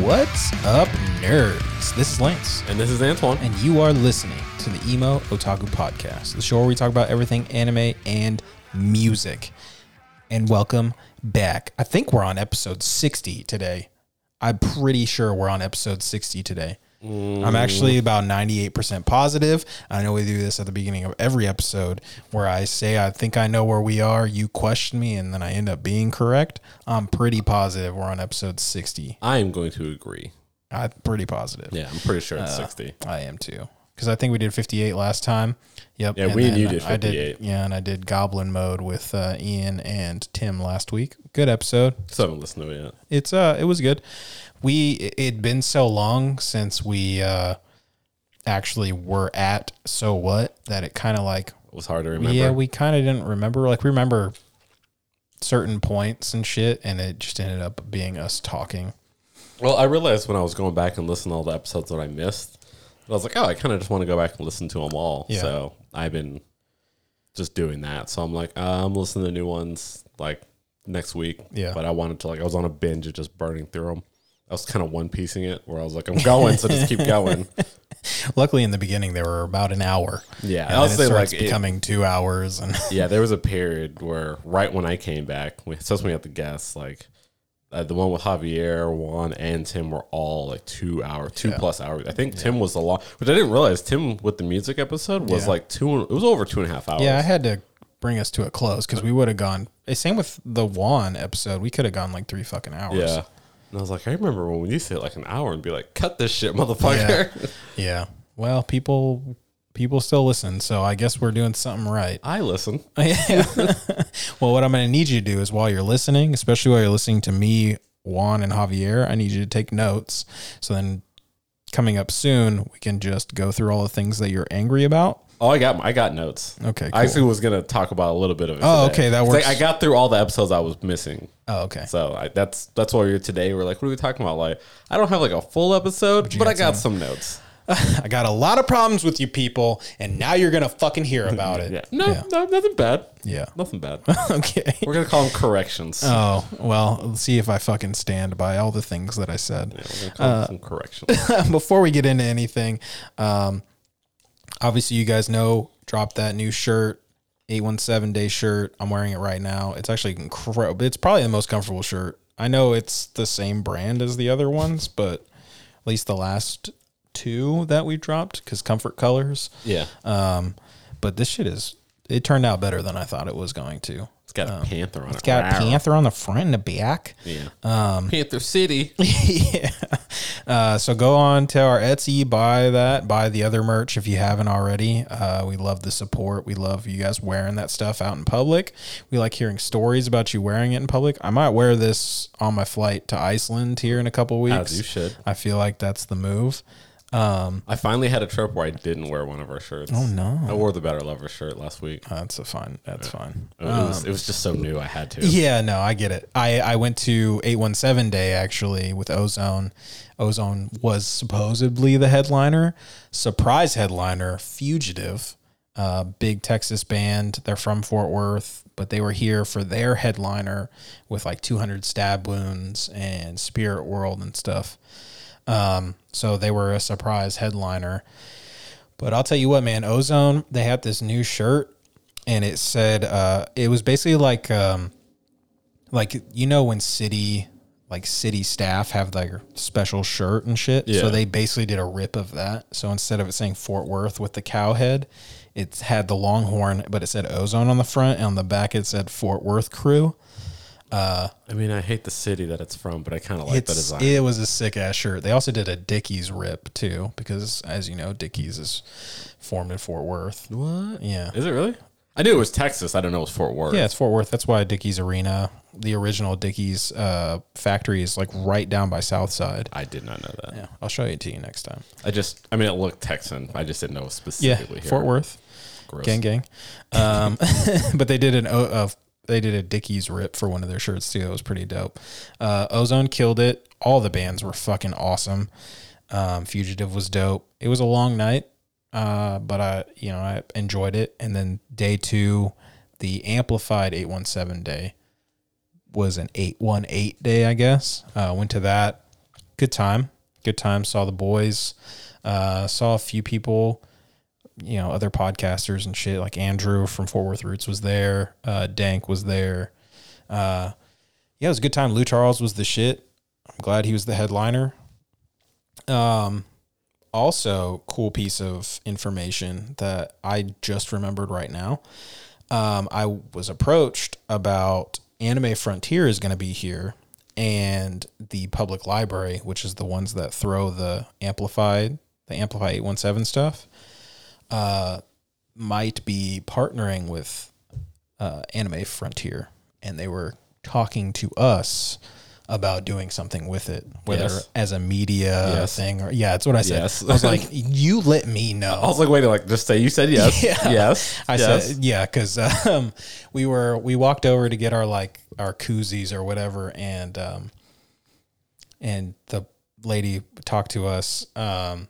What's up, nerds? This is Lance, And this is Antoine. and you are listening to the Emo Otaku Podcast, the show where we talk about everything anime and music. And welcome back. I think we're on episode 60 today. I'm pretty sure we're on episode 60 today. I'm actually about 98% positive. I know we do this at the beginning of every episode where I say, I think I know where we are. You question me, and then I end up being correct. I'm pretty positive we're on episode 60. I am going to agree. I'm pretty positive. Yeah, I'm pretty sure it's Uh, 60. I am too. Because I think we did 58 last time. Yep. Yeah, we and then you did I did, 58. yeah, and I did Goblin Mode with uh, Ian and Tim last week. Good episode. So I haven't listened to it yet. It's uh, it was good. We it had been so long since we uh, actually were at so what that it kind of like It was hard to remember. yeah we kind of didn't remember like we remember certain points and shit and it just ended up being us talking. well, I realized when I was going back and listening to all the episodes that I missed, that I was like, oh, I kind of just want to go back and listen to them all. Yeah. So I've been just doing that. So I'm like, uh, I'm listening to new ones like next week. Yeah. But I wanted to, like, I was on a binge of just burning through them. I was kind of one piecing it where I was like, I'm going, so just keep going. Luckily in the beginning they were about an hour. Yeah. And I then was it saying, starts like, it- becoming two hours and yeah, there was a period where right when I came back, we, since we had the guests, like uh, the one with Javier, Juan, and Tim were all like two hour, two plus hours. I think Tim was the long, which I didn't realize. Tim with the music episode was Yeah. like two. It was over two and a half hours. Yeah, I had to bring us to a close because we would have gone. eh, Same with the Juan episode. We could have gone like three fucking hours. yeah. And I was like, I remember when we used to hit like an hour and be like, "Cut this shit, motherfucker." Yeah. Well, people people still listen, so I guess we're doing something right. I listen. well, what I'm going to need you to do is while you're listening, especially while you're listening to me, Juan, and Javier, I need you to take notes. So then, coming up soon, we can just go through all the things that you're angry about. Oh, I got I got notes. Okay, I cool. actually was gonna talk about a little bit of it. Oh, today. okay, that It's works. Like, I got through all the episodes I was missing. Oh, okay. So I, that's that's why we're today. We're like, what are we talking about? Like, I don't have like a full episode, but I got some notes. I got a lot of problems with you people, and now you're going to fucking hear about it. Yeah, no, no, nothing bad. Yeah. nothing bad. okay. we're gonna call them corrections. Oh, well, let's see if I fucking stand by all the things that I said. we're gonna call them some corrections. Before we get into anything, um, obviously, you guys know, drop that new shirt. 817 day shirt. I'm wearing it right now. It's actually incredible. It's probably the most comfortable shirt. I know it's the same brand as the other ones, but at least the last two that we dropped because comfort colors. yeah, Um, but this shit is, it turned out better than I thought it was going to. it's got a panther on it. Got a Rawr. panther on the front and the back. Yeah, Panther City. yeah. Uh, so go on to our Etsy, buy that, buy the other merch if you haven't already. Uh, we love the support. We love you guys wearing that stuff out in public. We like hearing stories about you wearing it in public. I might wear this on my flight to Iceland here in a couple weeks. you should. I feel like that's the move. I finally had a trip where I didn't wear one of our shirts. Oh no. I wore the Better Lover shirt last week. Uh, That's Uh, a fine. That's fine. It, was, it was just so new. I had to. Yeah, no, I get it. I, I went to 817 Day actually with Ozone. Ozone was supposedly the headliner, surprise headliner, Fugitive, uh, big Texas band. They're from Fort Worth, but they were here for their headliner with like 200 stab wounds and Spirit World and stuff. Um, so they were a surprise headliner. But I'll tell you what, man, Ozone, they had this new shirt and it said uh it was basically like um like you know when city like city staff have their special shirt and shit. So Yeah. they basically did a rip of that. So instead of it saying Fort Worth with the cow head, it had the longhorn, but it said Ozone on the front and on the back it said Fort Worth crew. I mean, I hate the city that it's from, but I kind of like the It's- design. It was a sick ass shirt. They also did a Dickies rip too, because as you know, Dickies is formed in Fort Worth. what? Yeah. Is it really? I knew it was Texas. I didn't know it was Fort Worth. Yeah, it's Fort Worth. That's why Dickies Arena, the original Dickies uh, factory, is like right down by Southside. I did not know that. Yeah, I'll show it to you next time. I just, I mean, it looked Texan. I just didn't know it was Yeah, specifically here. Fort Worth, Gross. gang gang. Um, but they did an O- uh, they did a Dickies rip for one of their shirts too. It was pretty dope. Uh, Ozone killed it. All the bands were fucking awesome. Um, Fugitive was dope. It was a long night, uh, but I you know I enjoyed it. And then day two, the amplified eight one seven day was an eight one eight day. I guess uh, went to that. good time. Good time. Saw the boys. Uh, saw a few people. You know, other podcasters and shit. Like Andrew from Fort Worth Roots was there. Uh, Dank was there. Uh, yeah, it was a good time. Lou Charles was the shit. I'm glad he was the headliner. Um, also, cool piece of information that I just remembered right now. Um, I was approached about Anime Frontier is going to be here, and the public library, which is the ones that throw the amplified, the Amplify eight one seven stuff, uh, might be partnering with uh, Anime Frontier, and they were talking to us about doing something with it, whether Yes. as a media Yes. thing or yeah, it's what I said. Yes. Oh, I was like, you let me know. I was like, wait, like just say you said yes, Yeah. yes, I yes. said, yeah, because um, we were we walked over to get our like our koozies or whatever, and um, and the lady talked to us. Um,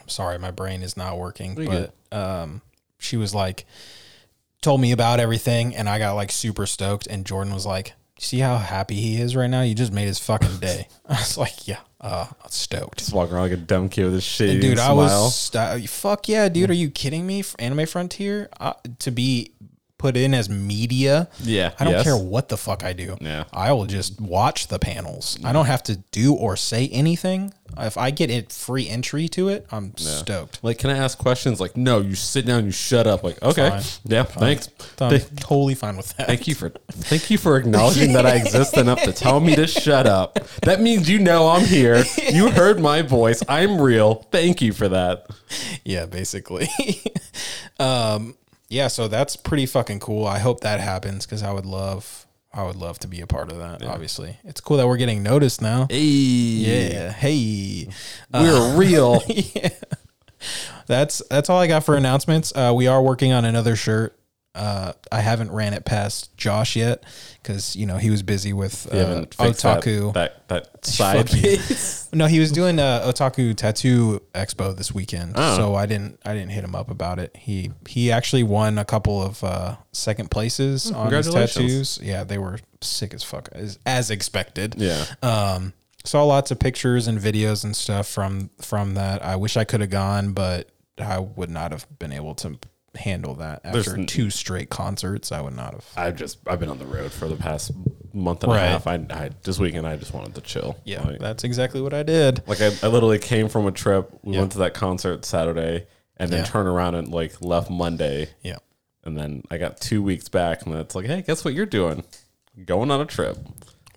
I'm sorry, my brain is not working, Pretty but um, she was like, told me about everything, and I got like super stoked. And Jordan was like, "See how happy he is right now? You just made his fucking day." I was like, "Yeah, uh, stoked." Just walking around like a dumb kid with a shitty dude, smile. I was st- fuck yeah, dude. Are you kidding me? F- Anime Frontier uh, to be put in as media. yeah, I don't yes. care what the fuck I do. Yeah. I will just watch the panels. I don't have to do or say anything. If I get it free entry to it, I'm stoked. Like, can I ask questions? Like, no, you sit down, you shut up. Like, okay, Fine. yeah, thanks. I'm Th- totally fine with that. Thank you for thank you for acknowledging that I exist enough to tell me to shut up. That means you know I'm here. You heard my voice. I'm real. Thank you for that. yeah, basically. um, yeah, so that's pretty fucking cool. I hope that happens because I would love, I would love to be a part of that. Obviously, it's cool that we're getting noticed now. Hey, Yeah. Hey. Uh, we're real. That's that's all I got for announcements. Uh, we are working on another shirt. Uh, I haven't ran it past Josh yet because you know he was busy with You uh, haven't fixed that- otaku. That that, side Fuck you. piece. No, he was doing a otaku tattoo expo this weekend, Oh. so I didn't I didn't hit him up about it. He he actually won a couple of uh, second places on his Oh, congratulations. tattoos. Yeah, they were sick as fuck as, as expected. Yeah. um saw lots of pictures and videos and stuff from from that i wish i could have gone but i would not have been able to handle that after There's n- two straight concerts i would not have I've just I've been on the road for the past month and Right. a half. I, I this weekend I just wanted to chill. yeah Like, that's exactly what i did like, I, I literally came from a trip. We Yeah. went to that concert Saturday and then Yeah. turned around and like left Monday. yeah And then I got two weeks back and it's like, hey, guess what you're doing? Going on a trip.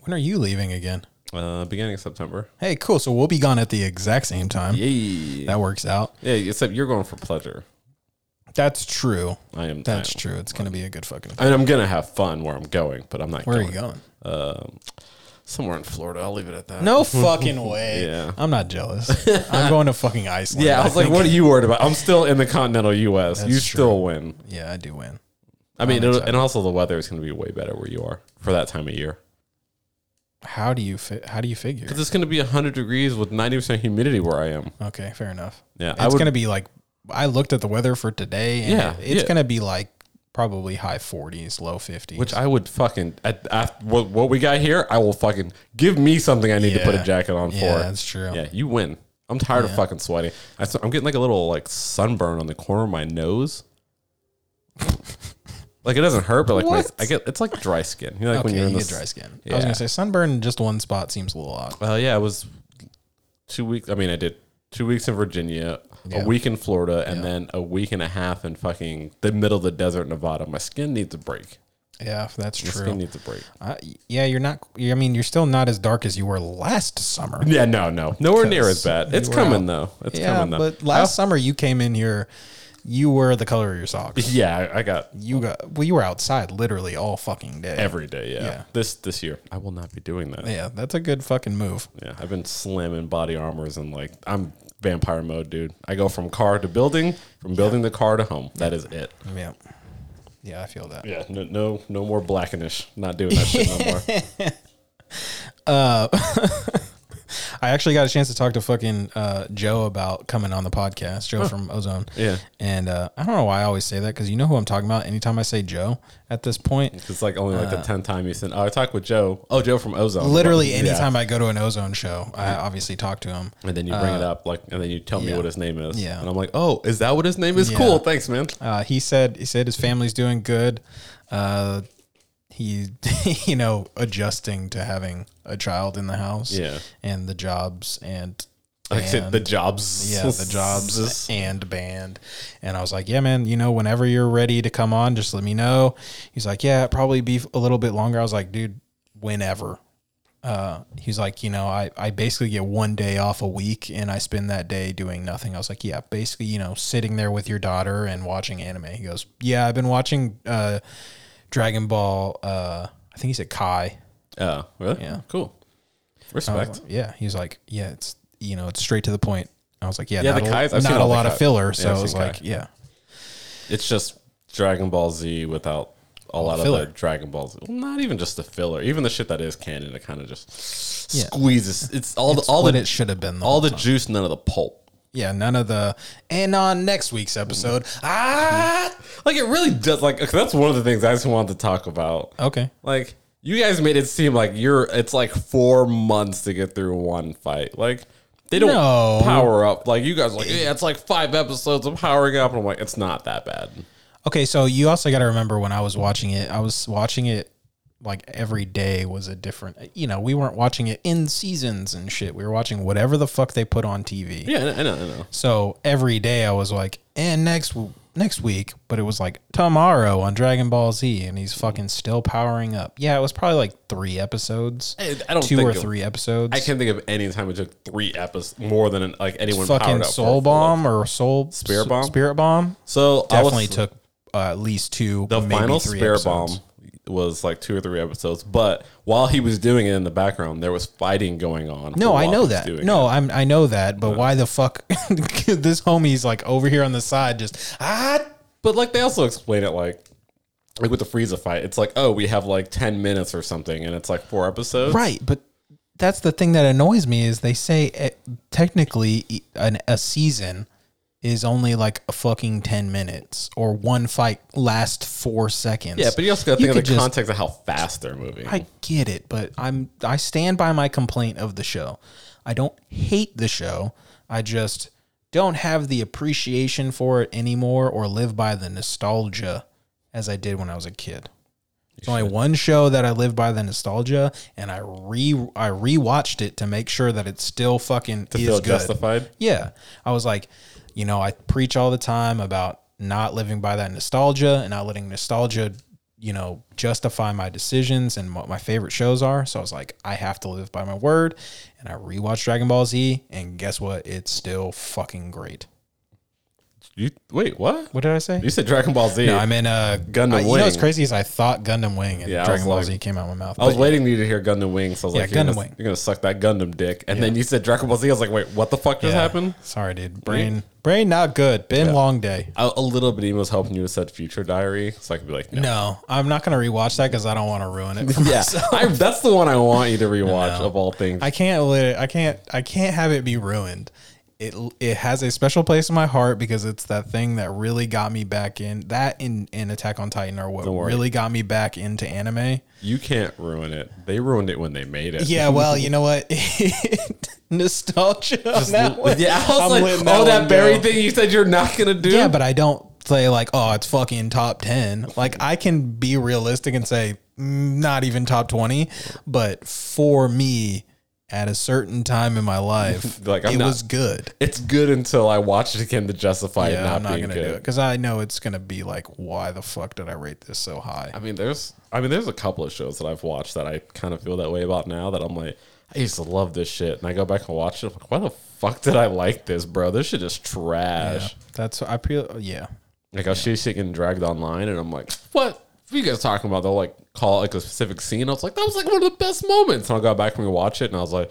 when are you leaving again Uh, beginning of September. hey cool so we'll be gone at the exact same time Yay. that works out Yeah, except you're going for pleasure. that's true I am that's I, true it's gonna be a good fucking I mean, I'm gonna have fun where I'm going, but I'm not where are going um, you going somewhere in Florida. I'll leave it at that. no fucking way Yeah. i'm not jealous i'm going to fucking iceland Yeah, I was like, think- what are you worried about? I'm still in the continental U.S. you still win. yeah i do win I mean, it'll, and also the weather is going to be way better where you are for that time of year. how do you fi- how do you figure Because it's going to be 100 degrees with 90% humidity where I am. Okay, fair enough. Yeah, it's I would- gonna be like I looked at the weather for today. And Yeah, it's yeah. gonna be like probably high forties, low fifties. Which I would fucking, at, at, what, what we got here, I will fucking give me something I need to put Yeah. a jacket on yeah, for. that's true. Yeah, you win. I'm tired of fucking sweating. I, am getting like a little like sunburn on the corner of my nose. like it doesn't hurt, but like my, What? I get it's like dry skin. You know, like Okay, when you're in you the get dry skin. I yeah. was gonna say sunburn in just one spot seems a little odd. Well, yeah, it was two weeks. I mean, I did two weeks in Virginia, Yeah. a week in Florida, and then a week and a half in fucking the middle of the desert, Nevada. My skin needs a break. Yeah, that's My skin true. needs a break. Uh, yeah, you're not. you I mean, you're still not as dark as you were last summer. Yeah, no, no, nowhere near as 'Cause bad. you It's were coming though. It's yeah, coming though. Oh. but last summer you came in here, you were the color of your socks. yeah, I- I got You got well, you were outside literally all fucking day. every day. Yeah. Yeah. this this year, I will not be doing that. yeah, that's a good fucking move. Yeah, I've been slamming body armors and like I'm vampire mode, dude. I go from car to building, from building to car to home. That is it. Yeah, yeah, I feel that. Yeah, no, no, no more blackenish. Not doing that shit no more. Uh, I actually got a chance to talk to fucking uh, Joe about coming on the podcast. Joe from Ozone. Yeah. And uh, I don't know why I always say that because you know who I'm talking about. Anytime I say Joe at this point, It's like only like the tenth time you said, "Oh, I talked with Joe." Oh, Joe from Ozone. Uh, literally Yeah. anytime I go to an Ozone show, I obviously talk to him. And then you bring it up, like, and then you tell me what his name is. Uh, Yeah. And I'm like, "Oh, is that what his name is? Yeah. Cool, thanks, man." Uh, he said he said his family's doing good. Uh, he you know adjusting to having a child in the house. Yeah. and the jobs and Like I said, band. the jobs. yeah the jobs and band. And I was like, yeah, man, you know, whenever you're ready to come on, just let me know. He's like, yeah, it'd probably be a little bit longer. I was like, dude, whenever. Uh, he's like, you know, I, I basically get one day off a week and I spend that day doing nothing. I was like, yeah, basically, you know, sitting there with your daughter and watching anime. He goes, yeah, I've been watching uh, Dragon Ball. Uh, I think he said Kai. Oh, really? Yeah. Cool. Respect. Yeah, he's like, yeah, it's you know, it's straight to the point. I was like, yeah, Yeah, not the a, Kai's- I've seen not a all the lot of Kai. filler. So Yeah, I've I was seen like, Kai. yeah, It's just Dragon Ball Z without a lot of filler. the Dragon Ball Z. Well, not even just the filler. Even the shit that is canon, it kind of just Yeah. squeezes. It's all the all what the it should have been. The all whole the time. juice, none of the pulp. yeah, none of the. And on next week's episode, ah, Like it really does. Like that's one of the things I just wanted to talk about. okay, Like you guys made it seem like you're. It's like four months to get through one fight. Like they don't No. power up. Like you guys, are like yeah, it's like five episodes of powering up, and I'm like, it's not that bad. okay. So you also got to remember when I was watching it, I was watching it like every day was a different. You know, we weren't watching it in seasons and shit. We were watching whatever the fuck they put on TV. Yeah, I know, I know. So every day I was like, and next next week, but it was like tomorrow on Dragon Ball Z, and he's fucking still powering up. Yeah, it was probably like three episodes, I, I don't two think or it- three episodes. I can't think of any time it took three episodes more than an, like anyone powered fucking up for a Soul full Bomb or Soul Spirit S- Bomb? Spirit Bomb episode. So I definitely was, took uh, at least two. the maybe final three spare episodes. bomb was like two or three episodes. But while he was doing it in the background, there was fighting going on. No, I know while he was that. doing No, I'm I know that, but why the fuck this homie's like over here on the side just ah But like they also explain it like like with the Frieza fight, it's like, oh, we have like ten minutes or something, and it's like four episodes. Right, but that's the thing that annoys me is they say eh, technically e- an, a season is only like a fucking 10 minutes or one fight lasts 4 seconds. Yeah, but you also got to think could of the just- context of how fast they're moving. I get it, but I'm I stand by my complaint of the show. I don't hate the show. I just don't have the appreciation for it anymore or live by the nostalgia as I did when I was a kid. There's only one show that I live by the nostalgia and I re I rewatched it to make sure that it still fucking is Feel good. justified. Yeah. I was like, you know, I preach all the time about not living by that nostalgia and not letting nostalgia, you know, justify my decisions and what my favorite shows are. So I was like, I have to live by my word. And I rewatched Dragon Ball Z, and guess what? It's still fucking great. You wait, what? What did I say? You said Dragon Ball Z. No, I'm in uh, Gundam I- You know what's Wing. crazy is I thought Gundam Wing and Yeah, I Dragon was Ball like- Z came out of my mouth. I was But waiting for you to hear Gundam Wing, so I was like, you're Gundam gonna, Wing. You're gonna suck that Gundam dick, and then you said Dragon Ball Z. I was like, wait, what the fuck just yeah. happened? Sorry, dude. Brain, brain, not good. Been long day. A, a little bit even was hoping you would said Future Diary, so I could be like, no. No, I'm not gonna rewatch that because I don't want to ruin it. For Yeah, myself. I, that's the one I want you to rewatch of all things. I can't let it, I can't I can't have it be ruined. It it has a special place in my heart because it's that thing that really got me back in. That and, and Attack on Titan are what worry. really got me back into anime. you can't ruin it. They ruined it when they made it. Yeah, well, you know what? Nostalgia on that one. yeah. I was I'm like, letting oh, one that go. very thing you said you're not gonna do. Yeah, but I don't say like, oh, it's fucking top ten. Like I can be realistic and say mm, not even top twenty, but for me, at a certain time in my life, Like, I'm it not- was good. it's good until I watch it again to justify it Yeah, not, I'm not being gonna good. do it because I know it's gonna be like, why the fuck did I rate this so high? I mean, there's, I mean, there's a couple of shows that I've watched that I kind of feel that way about now. That I'm like, I used to love this shit, and I go back and watch it. I'm like, why the fuck did I like this, bro? This shit is Yeah, trash. that's what I feel. Yeah, Like I'll see shit getting dragged online, and I'm like, what? What are you guys talking about? They'll like call like a specific scene. I was like, that was like one of the best moments. And I got back and watch it, and I was like,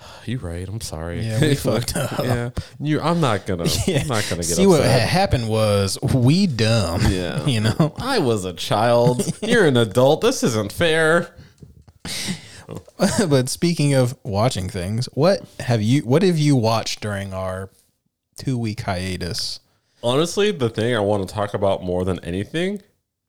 "Ah, you right. I'm sorry. Yeah, we fucked up. Yeah, you. I'm not gonna. I'm not gonna get see upset. what ha- happened was we dumb. Yeah. you know. I was a child. You're an adult. This isn't fair. but speaking of watching things, what have you? What have you watched during our two week hiatus? Honestly, the thing I want to talk about more than anything,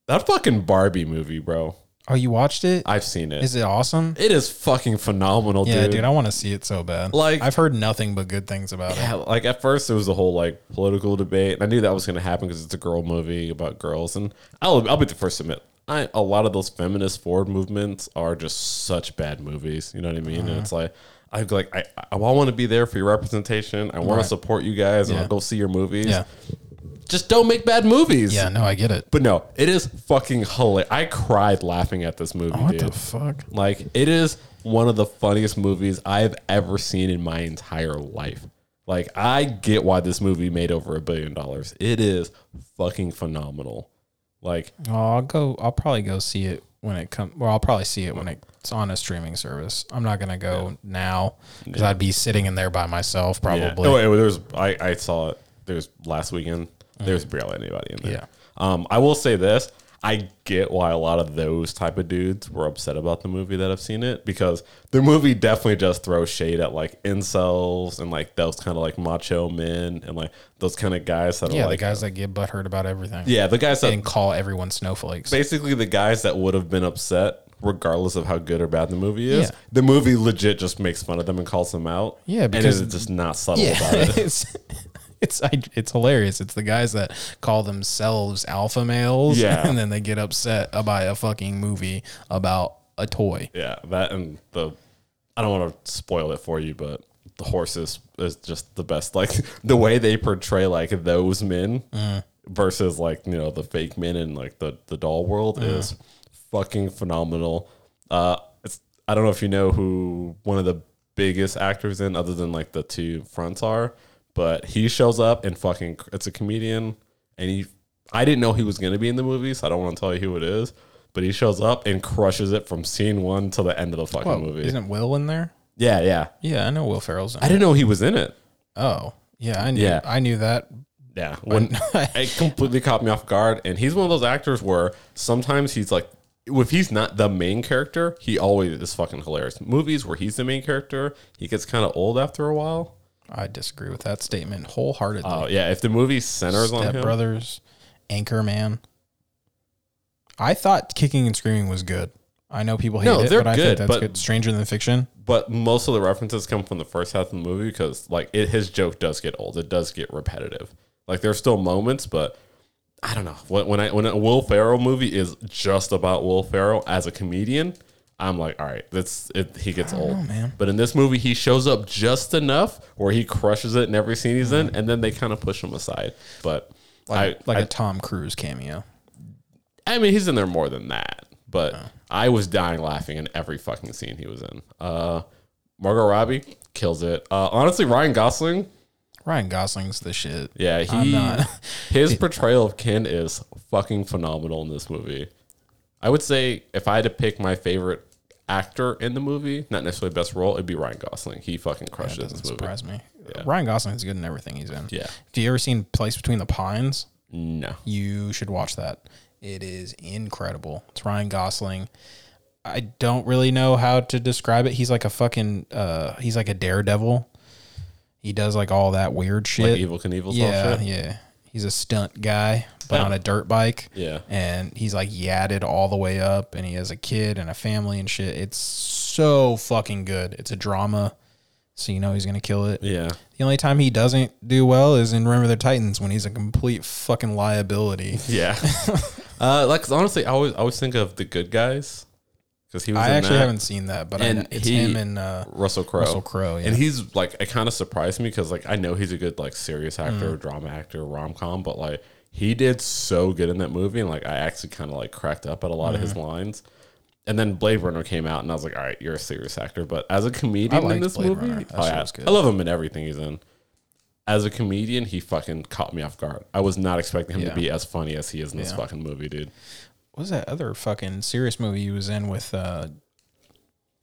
that fucking Barbie movie, bro. Oh, you watched it? I've seen it. Is it awesome? it is fucking phenomenal, yeah, dude. dude, I want to see it so bad. Like- I've heard nothing but good things about it. yeah, like at first there was a whole like political debate, and I knew that was going to happen because it's a girl movie about girls, and I'll I'll be the first to admit, I a lot of those feminist forward movements are just such bad movies. You know what I mean? And it's Uh-huh. like. I like I, I want to be there for your representation. I want to support you guys, and Yeah. I'll go see your movies. Yeah, Just don't make bad movies. yeah, no, I get it. But no, it is fucking hilarious. I cried laughing at this movie, Oh, What dude. the fuck? Like it is one of the funniest movies I've ever seen in my entire life. Like I get why this movie made over a billion dollars. It is fucking phenomenal. Like Oh, I'll go. I'll probably go see it when it comes. Well, I'll probably see it when it's on a streaming service. I'm not gonna go now because I'd be sitting in there by myself yeah. probably. Oh, wait, there's I I saw it. There's last weekend. There's barely anybody in there. Yeah. Um, I will say this. I get why a lot of those type of dudes were upset about the movie that have seen it because the movie definitely just throws shade at like incels and like those kind of like macho men and like those kind of guys that yeah, are like the guys that get butthurt about everything. yeah the guys that and call everyone snowflakes. basically the guys that would have been upset regardless of how good or bad the movie is. Yeah. The movie legit just makes fun of them and calls them out. Yeah, because because- and it's just not subtle about it. it's it's I, it's hilarious. It's the guys that call themselves alpha males, Yeah. and then they get upset about a fucking movie about a toy. Yeah, that and the I don't want to spoil it for you, but the horses is just the best. Like the way they portray like those men Mm. versus like you know the fake men in like the the doll world Mm. is fucking phenomenal. Uh, it's I don't know if you know who one of the biggest actors in other than like the two fronts are, but he shows up and fucking it's a comedian and he I didn't know he was gonna be in the movie, so I don't want to tell you who it is. But he shows up and crushes it from scene one to the end of the fucking Oh, movie. isn't Will in there? Yeah, yeah. Yeah, I know Will Ferrell's in. I it. didn't know he was in it. Oh, yeah, I knew. Yeah. I knew that. Yeah, when it completely caught me off guard, and he's one of those actors where sometimes he's like, if he's not the main character, he always is fucking hilarious. Movies where he's the main character, he gets kind of old after a while. I disagree with that statement wholeheartedly. Oh yeah, if the movie centers on Step him, Brothers, Anchorman. I thought Kicking and Screaming was good. I know people hate No, it, they're but I good, think that's but- good. Stranger Than Fiction. but most of the references come from the first half of the movie because like it, his joke does get old. It does get repetitive. Like there's still moments, but I don't know. When, when I when a Will Ferrell movie is just about Will Ferrell as a comedian, I'm like, all right, that's it. He gets old, man. But in this movie, he shows up just enough where he crushes it in every scene he's in, and then they kind of push him aside. But I Mm-hmm. like a Tom Cruise cameo. I mean, he's in there more than that, but I was dying laughing in every fucking scene he was in. Uh, Margot Robbie kills it. Uh, honestly, Ryan Gosling, Ryan Gosling's the shit. yeah, I'm he not. his portrayal of Ken is fucking phenomenal in this movie. I would say if I had to pick my favorite actor in the movie, not necessarily best role, it'd be Ryan Gosling. He fucking crushed it in doesn't this movie. surprise me. Ryan Gosling's good in everything he's in. Yeah. If you ever seen Place Between the Pines, No, you should watch that. It is incredible. It's Ryan Gosling. I don't really know how to describe it. He's like a fucking uh he's like a daredevil. He does like all that weird shit. like Evil Knievel's yeah, yeah, shit. yeah. He's a stunt guy, but Yeah. on a dirt bike. Yeah. And he's like yadded all the way up and he has a kid and a family and shit. It's so fucking good. It's a drama. So you know he's gonna kill it. Yeah. The only time he doesn't do well is in Remember the Titans when he's a complete fucking liability. Yeah. uh, like 'cause honestly, I always I always think of the good guys because he was. I in actually that. haven't seen that, but I And know it's he- him and uh, Russell Crowe. Russell Crowe. Yeah. And he's like, it kind of surprised me because like I know he's a good like serious Mm. actor, drama actor, rom com, but like he did so good in that movie, and like I actually kind of like cracked up at a lot of Mm. his lines. And then Blade Runner came out, and I was like, all right, you're a serious actor, but as a I comedian in liked this Blade movie, Runner. That oh, shit yeah, was good. I love him in everything he's in. As a comedian, he fucking caught me off guard. I was not expecting him Yeah. to be as funny as he is in this fucking movie, dude. what was that other fucking serious movie he was in with? Uh,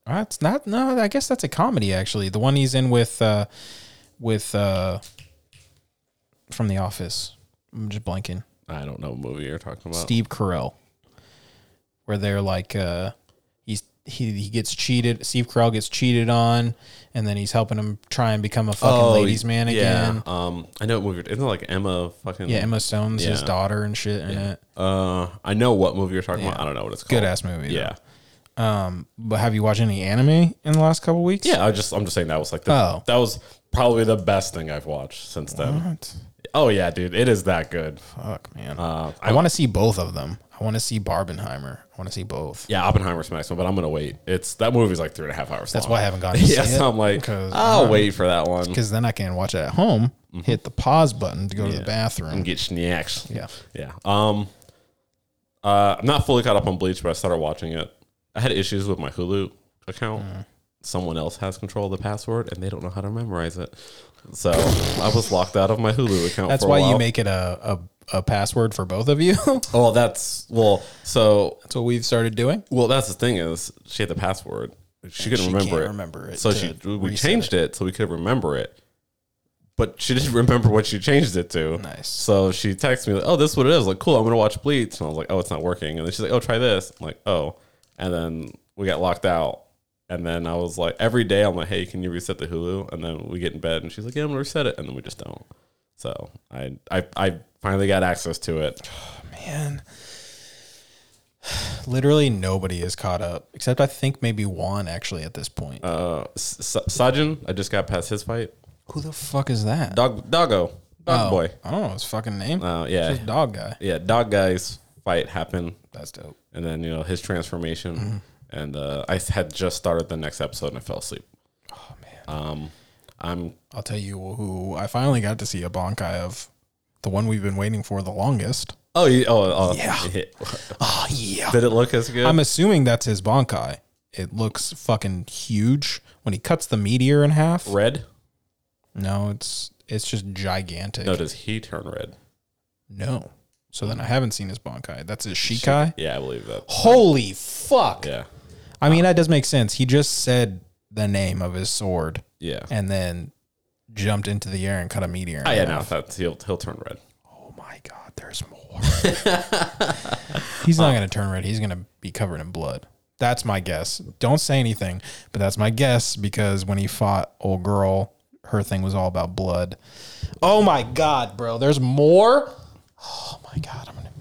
uh, it's not. No, I guess that's a comedy actually. The one he's in with, uh, with uh, from The Office. I'm just blanking. I Oh. don't know what movie you're talking about. Steve Carell, where they're like, uh, he's he he gets cheated. Steve Carell gets cheated on, and then he's helping him try and become a fucking ladies' man again. Oh, Yeah. Um, I know what movie. Isn't it like Emma fucking? Yeah, Emma Stone's his Yeah. daughter and shit in it. Uh, I know what movie you're talking about. I don't know what it's called. Good ass movie. though. Yeah. But have you watched any anime in the last couple weeks? Yeah. I just I'm just saying that was like the, Oh. Mm-hmm. that was probably the best thing I've watched since then. What? Oh yeah, dude, it is that good. Fuck man. Uh, I want to see both of them. I want to see Barbenheimer. I want to see both. Yeah, Oppenheimer's my next one, but I'm gonna wait. It's that movie's like three and a half hours. That's long. why I haven't gotten to Yeah, see so it, I'm like, 'cause, I'll wait for that one. Because then I can watch it at home. Hit the pause button to go to the Mm-hmm. and bathroom. get snacks. Yeah. Yeah. Um uh I'm not fully caught up on Bleach, but I started watching it. I had issues with my Hulu account. Mm. Someone else has control of the password and they don't know how to memorize it. So I was locked out of my Hulu account. That's for a why you while. make it a, a, a password for both of you. That's Oh, that's well. So what we've started doing. well, that's the thing is she had the password. She couldn't she remember can't it. remember it So to she we reset changed it. so we could remember it. But she didn't remember what she changed it to. Nice. So she texts me, like, "Oh, this is what it is." Like, cool. I'm gonna watch Bleach, and I was like, "Oh, it's not working." And then she's like, "Oh, try this." I'm like, "Oh," and then we got locked out. And then I was like, every day I'm like, "Hey, can you reset the Hulu?" And then we get in bed, and she's like, "Yeah, I'm gonna reset it," and then we just don't. So I I I finally got access to it. Man. Literally nobody is caught up, except I think maybe Juan actually at this point. Uh, S- S- Sajin, I just got past his fight. Who the fuck is that? Dog Doggo, Dog Oh, Boy. I don't know his fucking name. Uh, yeah, Just dog guy. yeah. Dog Guy's fight happened. That's dope. and then you know his transformation. Mm-hmm. And uh, I had just started the next episode and I fell asleep. Oh man, um, I'll tell you who I finally got to see a Bonkai of the one we've been waiting for the longest. I'm oh you, oh, oh Yeah. Oh, yeah. Did it look as good? I'm assuming that's his Bonkai. It looks fucking huge when he cuts the meteor in half. red? No, it's it's just gigantic. No, No. does he turn red? So then I haven't seen his Bonkai. That's his Shikai. Yeah, I believe that. Holy fuck. Yeah, I mean, that does make sense. He just said the name of his sword yeah. and then jumped into the air and cut a meteor. in Oh, yeah, half. no, that's he'll he'll turn red. Oh my God, there's more. he's not going to turn red. He's going to be covered in blood. That's my guess. Don't say anything, but that's my guess because when he fought old girl, her thing was all about blood. Oh my God, bro, there's more. Oh my God, I'm going to.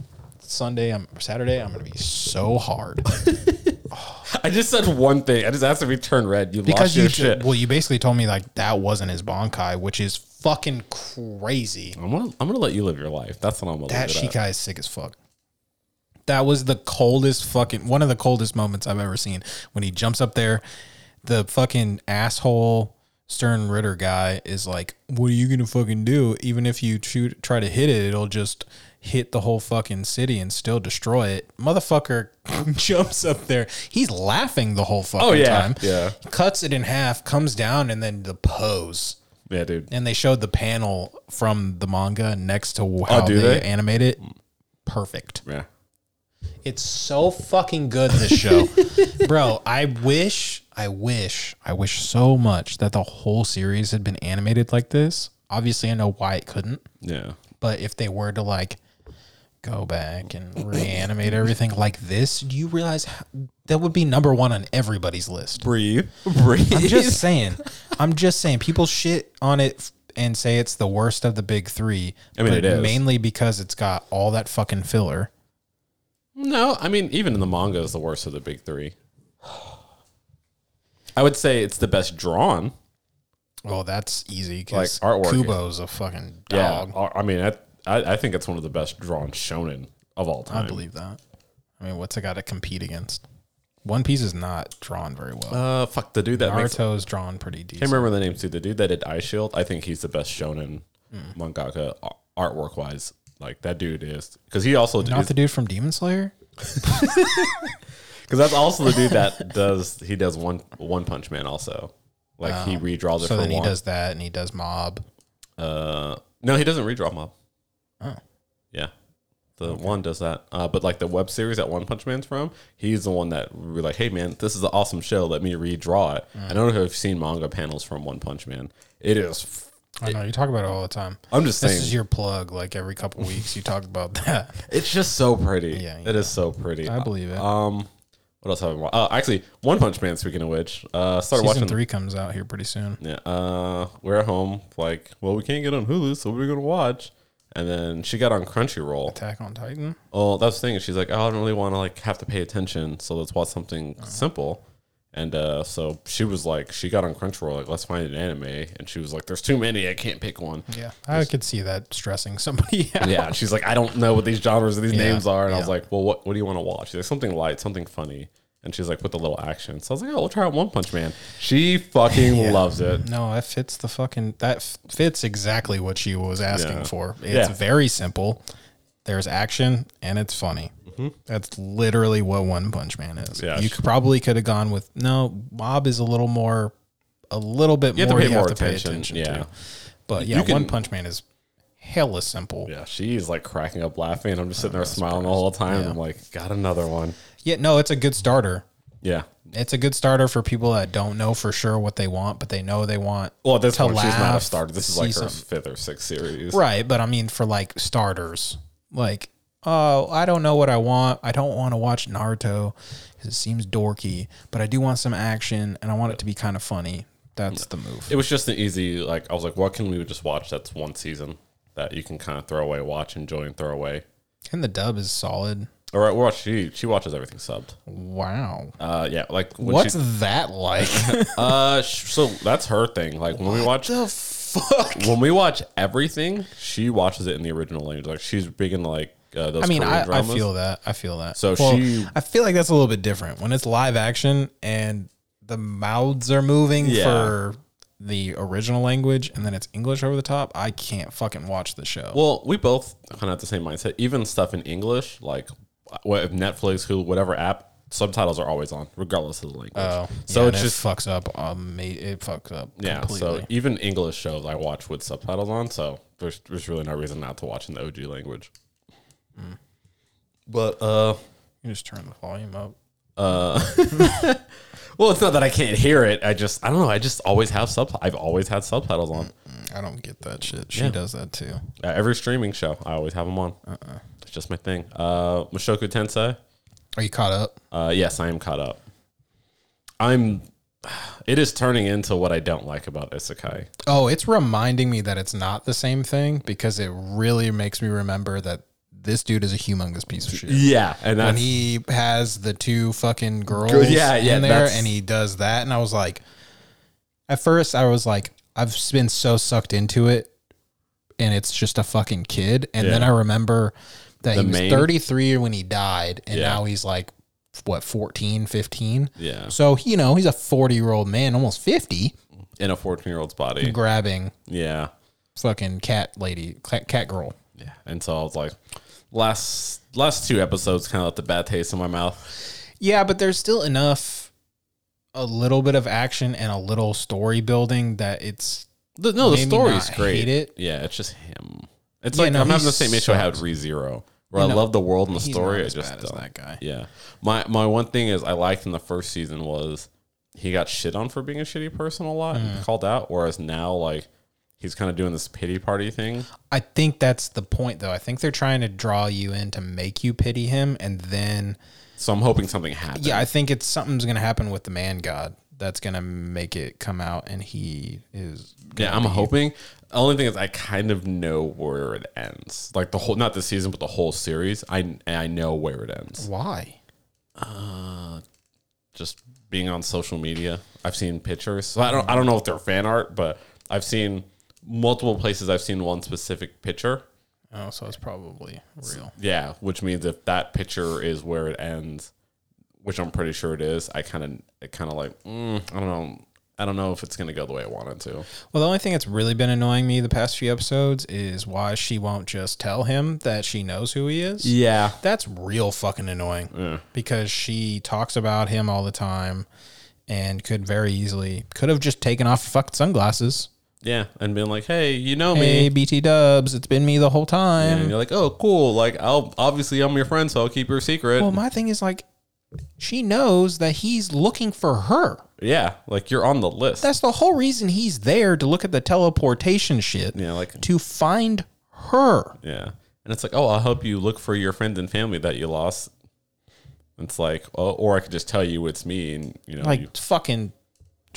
Sunday, I'm Saturday. I'm gonna be so hard I just said one thing. I just asked if he turned red. You because lost you your ju- shit. well, you basically told me like that wasn't his bonkai, which is fucking crazy. I'm gonna I'm gonna let you live your life. That's what I'm gonna. That leave it at. Shikai is sick as fuck. That was the coldest fucking one of the coldest moments I've ever seen when he jumps up there. The fucking asshole Stern Ritter guy is like, "What are you gonna fucking do? Even if you shoot, try to hit it, it'll just hit the whole fucking city and still destroy it." Motherfucker jumps up there. He's laughing the whole fucking Oh yeah, time. yeah, Cuts it in half, comes down, and then the pose yeah, dude. and they showed the panel from the manga next to how do they, they? animate it. Perfect. Yeah. It's so fucking good this show. Bro, I wish, I wish, I wish so much that the whole series had been animated like this. Obviously, I know why it couldn't, Yeah. but if they were to like go back and reanimate everything like this, do you realize how, that would be number 1 on everybody's list? Breathe. Breathe. I'm just saying. I'm just saying. People shit on it f- and say it's the worst of the big three. I mean, but it is. mainly because it's got all that fucking filler. No, I mean even in the manga is the worst of the big three. I would say it's the best drawn. Well, that's easy Like because artwork. Kubo's a fucking Yeah, dog. Uh, I- I mean, I, I I think it's one of the best drawn shonen of all I time. believe that. I mean, what's it got to compete against? One Piece is not drawn very well. Uh, fuck the dude that makes. I Naruto's drawn pretty decent. can't remember the name too. The dude that did Eye Shield. I think he's the best shonen Hmm. mangaka artwork wise. Like that dude is because he also Not because the dude from Demon Slayer. that's also the dude that does he does one One Punch Man also. Like Ah. he redraws it So for then he one. does that, and he does Mob. Uh, no, he doesn't redraw Mob. Oh. Yeah. The one does that. Uh, but like the web series that One Punch Man's from, he's the one that we like, hey man, this is an awesome show. Let me redraw it. Mm. I don't know if you've seen manga panels from One Punch Man. It is. F- I know you talk about it all the time. I'm just This saying, is your plug. Like every couple weeks, you talk about that. it's just so pretty. Yeah, It is so pretty. I believe it. Um, What else have I watched? Uh, actually, One Punch Man. Speaking of which, uh, started Season watching. three comes out here pretty soon. Yeah, uh, we're at home. Like, well, we can't get on Hulu, so we're gonna watch. And then she got on Crunchyroll. Attack on Titan. Well, that's the thing. She's like, "Oh, I don't really want to like have to pay attention, so let's watch something simple. And uh, so she was like, she got on Crunchyroll, like, let's find an anime. And she was like, there's too many, I can't pick one. Yeah, I could see that stressing somebody. out. Yeah, and she's like, I don't know what these genres and these names are. And I was like, well, what, what do you want to watch? She's like, something light, something funny. And she's like, with a little action. So I was like, oh, we'll try out One Punch Man. She fucking loves it. No, that fits the fucking that f- fits exactly what she was asking Yeah. for. It's Yeah. very simple. There's action and it's funny. That's literally what One Punch Man is. Mm-hmm. Yeah, you she- could, probably could have gone with no. Mob is a little more, a little bit You have more. to pay you more have to attention. pay attention yeah. to. But yeah, can- One Punch Man is hella simple. Yeah, she's like cracking up laughing. I'm just sitting there smiling all the time. I'm like, got another one. yeah, no, it's a good starter. Yeah. It's a good starter for people that don't know for sure what they want, but they know they want Well, at this To point, she's not a laugh, starter. This is see like some- her fifth or sixth series. Right, but I mean for like starters, like oh, I don't know what I want. I don't want to watch Naruto because it seems dorky, but I do want some action and I want it to be kind of funny. That's the move. It was just an easy, like, I was like, what can we just watch that's one season that you can kind of throw away, watch, enjoy, and throw away? And the dub is solid. All right, well, she, she watches everything subbed. Wow, Uh, yeah, like, when what's She, that like? uh, sh- so that's her thing. Like, when we watch the fuck. when we watch everything, she watches it in the original language. Like, she's big into, like, uh, those I mean, Korean I, I dramas. feel that. I feel that. So she- I feel like that's a little bit different when it's live action and the mouths are moving Yeah. for the original language, and then it's English over the top. I can't fucking watch the show. Well, we both kind of have the same mindset. Even stuff in English, like uh, what if Netflix, Hulu, whatever app, subtitles are always on, regardless of the language. so Oh, Yeah, and it's just it fucks up. Um, it fucks up. yeah. completely. So even English shows I watch with subtitles on, so there's there's really no reason not to watch in the OG language. But uh, you just turn the volume up. well, it's not that I can't hear it. I just I don't know. I just always have sub. I've always had subtitles on I don't get that shit. She does that too. Uh, every streaming show. I always have them on. Uh-uh. It's just my thing. Uh, Mashoku Tensei. Are you caught up? Uh, yes, I am caught up. I'm. It is turning into what I don't like about isekai. Oh, it's reminding me that it's not the same thing because it really makes me remember that this dude is a humongous piece of shit. Yeah, and And that's, he has the two fucking girls Yeah, yeah, in there that's- and he does that. And I was like, at first, I was like, I've been so sucked into it and it's just a fucking kid. And then I Yeah. remember that The he was main- 33 when he died and Yeah. now he's like, what, 14, 15? yeah, So, you know, he's a 40 year old man, almost 50, in a fourteen-year-old's body. grabbing Yeah, fucking cat lady, cat, cat girl. yeah. And so I was like, last last two episodes kind of left a bad taste in my mouth. Yeah, but there's still enough, a little bit of action and a little story building that it's The- no, the Made me story's not great. hate it. Yeah, it's just him. It's Yeah, like no, I'm he having the same issue I had with ReZero, where I love the world and the he's story. not I as just bad as don't. that guy. Yeah. My my one thing is I liked in the first season was he got shit on for being a shitty person a lot Mm. and called out, whereas now like he's kind of doing this pity party thing. I think that's the point, though. I think they're trying to draw you in to make you pity him, and then So I'm hoping something happens. yeah, I think it's something's gonna happen with the man god that's gonna make it come out, and he is Yeah, I'm hoping. The only thing is I kind of know where it ends. Like the whole not the season but the whole series. I and I know where it ends. why? Just being on social media. I've seen pictures. So I don't I don't know if they're fan art, but I've seen multiple places I've seen one specific picture Oh, so it's probably real. Yeah, which means if that picture is where it ends, which I'm pretty sure it is, I kind of, I kind of like, mm, I don't know, I don't know if it's gonna go the way I want it to. Well, the only thing that's really been annoying me the past few episodes is why she won't just tell him that she knows who he is. Yeah, That's real fucking annoying because she talks about him all the time and could very easily could have just taken off her fucking sunglasses. yeah, and being like, hey, you know Hey, me, BT Dubs, it's been me the whole time. and you're like, oh, cool, like I'll obviously I'm your friend, so I'll keep your secret. Well, my thing is like, she knows that he's looking for her. yeah, like you're on the list. That's the whole reason he's there to look at the teleportation shit yeah, like to find her. yeah, and it's like, oh, I'll help you look for your friends and family that you lost. It's like, oh, or I could just tell you it's me, and you know, Like you- fucking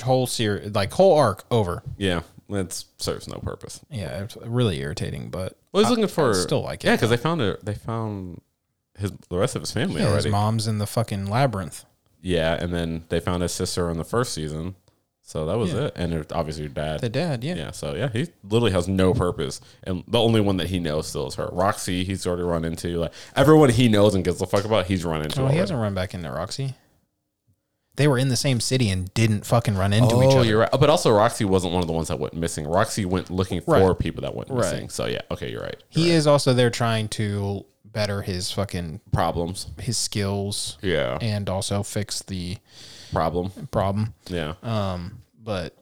whole series, like whole arc over. yeah, it serves no purpose. Yeah, it's really irrititing, but Well, he's looking for still like it. yeah, because they found a, they found his the rest of his family Yeah, his already. mom's in the fucking labyrinth. Yeah, and then they found his sister in the first season, so that was it. And it- obviously your dad. The dad, yeah. yeah, so yeah, he literally has no purpose, and the only one that he knows still is her. Roxy, he's already run into. Like everyone he knows and gives a fuck about, he's run into. Well, Oh, he already. hasn't run back into Roxy. They were in the same city and didn't fucking run into each oh, other. you're right. But also, Roxy wasn't one of the ones that went missing. Roxy went looking for Right. people that went Right. missing. So yeah, okay, you're right. He is also there trying to better his fucking Problems. his skills Yeah. and also fix the Problem. problem. Yeah. Um, but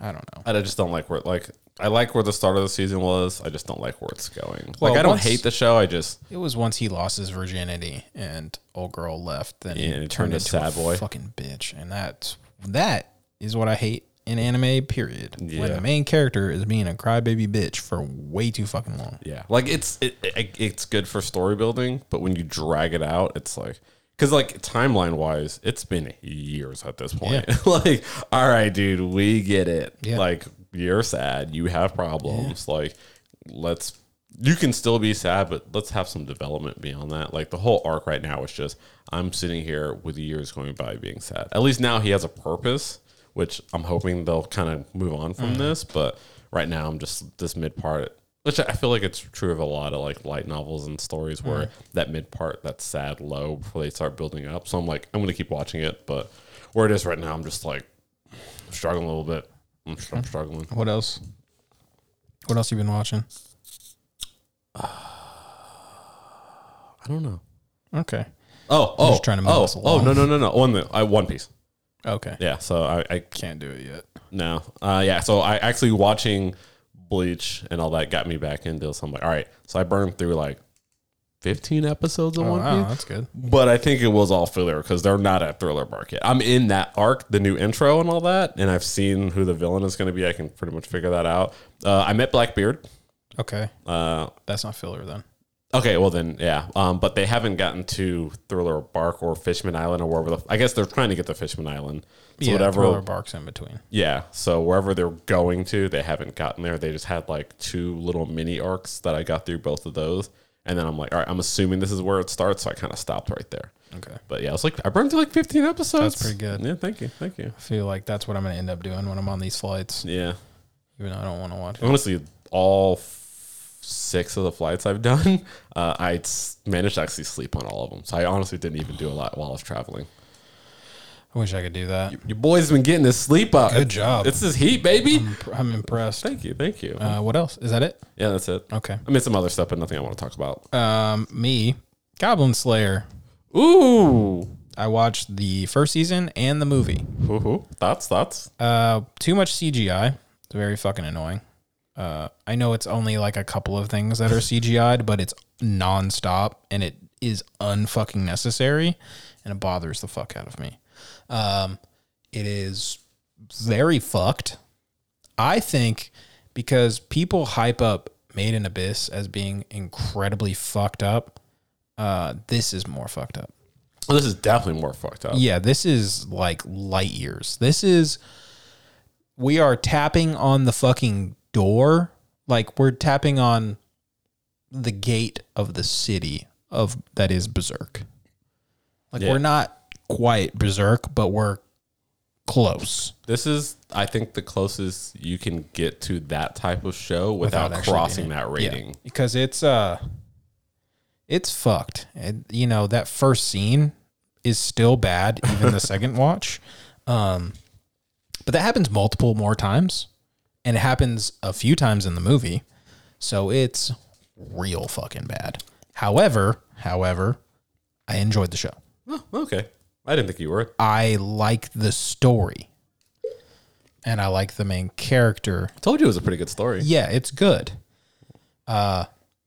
I don't know. And I just don't like where like I like where the start of the season was. I just don't like where it's going. Well, like I don't once- hate the show. I just It was once he lost his virginity and old girl left, then Yeah, he and he turned, turned a into sad a boy. fucking bitch, and that's that is what I hate in anime. Period. When Yeah. the main character is being a crybaby bitch for way too fucking long. yeah. Like it's it, it it's good for story building, but when you drag it out, it's like because like timeline wise, it's been years at this point. like all right, dude, we get it. Yeah. Like you're sad. You have problems. Like let's. You can still be sad, but let's have some development beyond that. Like the whole arc right now is just I'm sitting here with the years going by being sad. At least now he has a purpose. which I'm hoping they'll kind of move on from this. But right now, I'm just this mid part, which I feel like it's true of a lot of like light novels and stories where that mid part, that sad low before they start building up. So I'm like, I'm going to keep watching it. But where it is right now, I'm just like struggling a little bit. I'm, str- I'm struggling. What else? What else you been watching? I don't know. Okay. Oh, oh, just trying to move oh, us oh, along. no, no, no, no. One, I, One Piece. Okay. Yeah. So I, I Can't do it yet. No. Uh, yeah. So I actually watching Bleach and all that got me back into something. Like, all right. So I burned through like 15 episodes of Oh, One wow, Piece. that's good. But I think it was all filler because they're not at thriller market. I'm in that arc, the new intro and all that, and I've seen who the villain is going to be. I can pretty much figure that out. Uh, I met Blackbeard. Okay. Uh, That's not filler then. okay, well then, yeah. Um, but they haven't gotten to Thriller Bark or Fishman Island or wherever. The, I guess they're trying to get to Fishman Island. So yeah, whatever Thriller barks in between. Yeah. So wherever they're going to, they haven't gotten there. They just had like two little mini arcs that I got through both of those. And then I'm like, all right, I'm assuming this is where it starts. So I kind of stopped right there. Okay. But yeah, I was like, I burned through like 15 episodes. That's pretty good. Yeah. Thank you. Thank you. I feel like that's what I'm gonna end up doing when I'm on these flights, Yeah. even though I don't want to watch it. Honestly, all f- six of the flights I've done, uh, I s- managed to actually sleep on all of them. So I honestly didn't even do a lot while I was traveling. I wish I could do that. Your boy's been getting his sleep up. Good job. It's his heat, baby. I'm impressed. Thank you. Thank you. Uh, what else? Is that it? yeah, that's it. Okay. I mean, some other stuff, but nothing I want to talk about. Um, me, Goblin Slayer. Ooh. I watched the first season and the movie. Ooh. That's that's Uh, too much CGI. It's very fucking annoying. Uh, I know it's only like a couple of things that are CGI'd, but it's nonstop and it is unfucking necessary, and it bothers the fuck out of me. Um, it is very fucked. I think because people hype up Made in Abyss as being incredibly fucked up, uh, this is more fucked up. oh, this is definitely more fucked up. Yeah, this is like light years. This is we are tapping on the fucking door. Like we're tapping on the gate of the city of that is Berserk. Like Yeah. we're not quite Berserk, but we're close. This is I think the closest you can get to that type of show without, Without actually crossing being- that Yeah, rating. because it's uh it's fucked and you know that first scene is still bad even the second watch um but that happens multiple more times and it happens a few times in the movie so it's real fucking bad however however i enjoyed the show Oh, okay. I didn't think you were. I i like the story and i like the main character told you it was a pretty good story. yeah, it's good. Uh,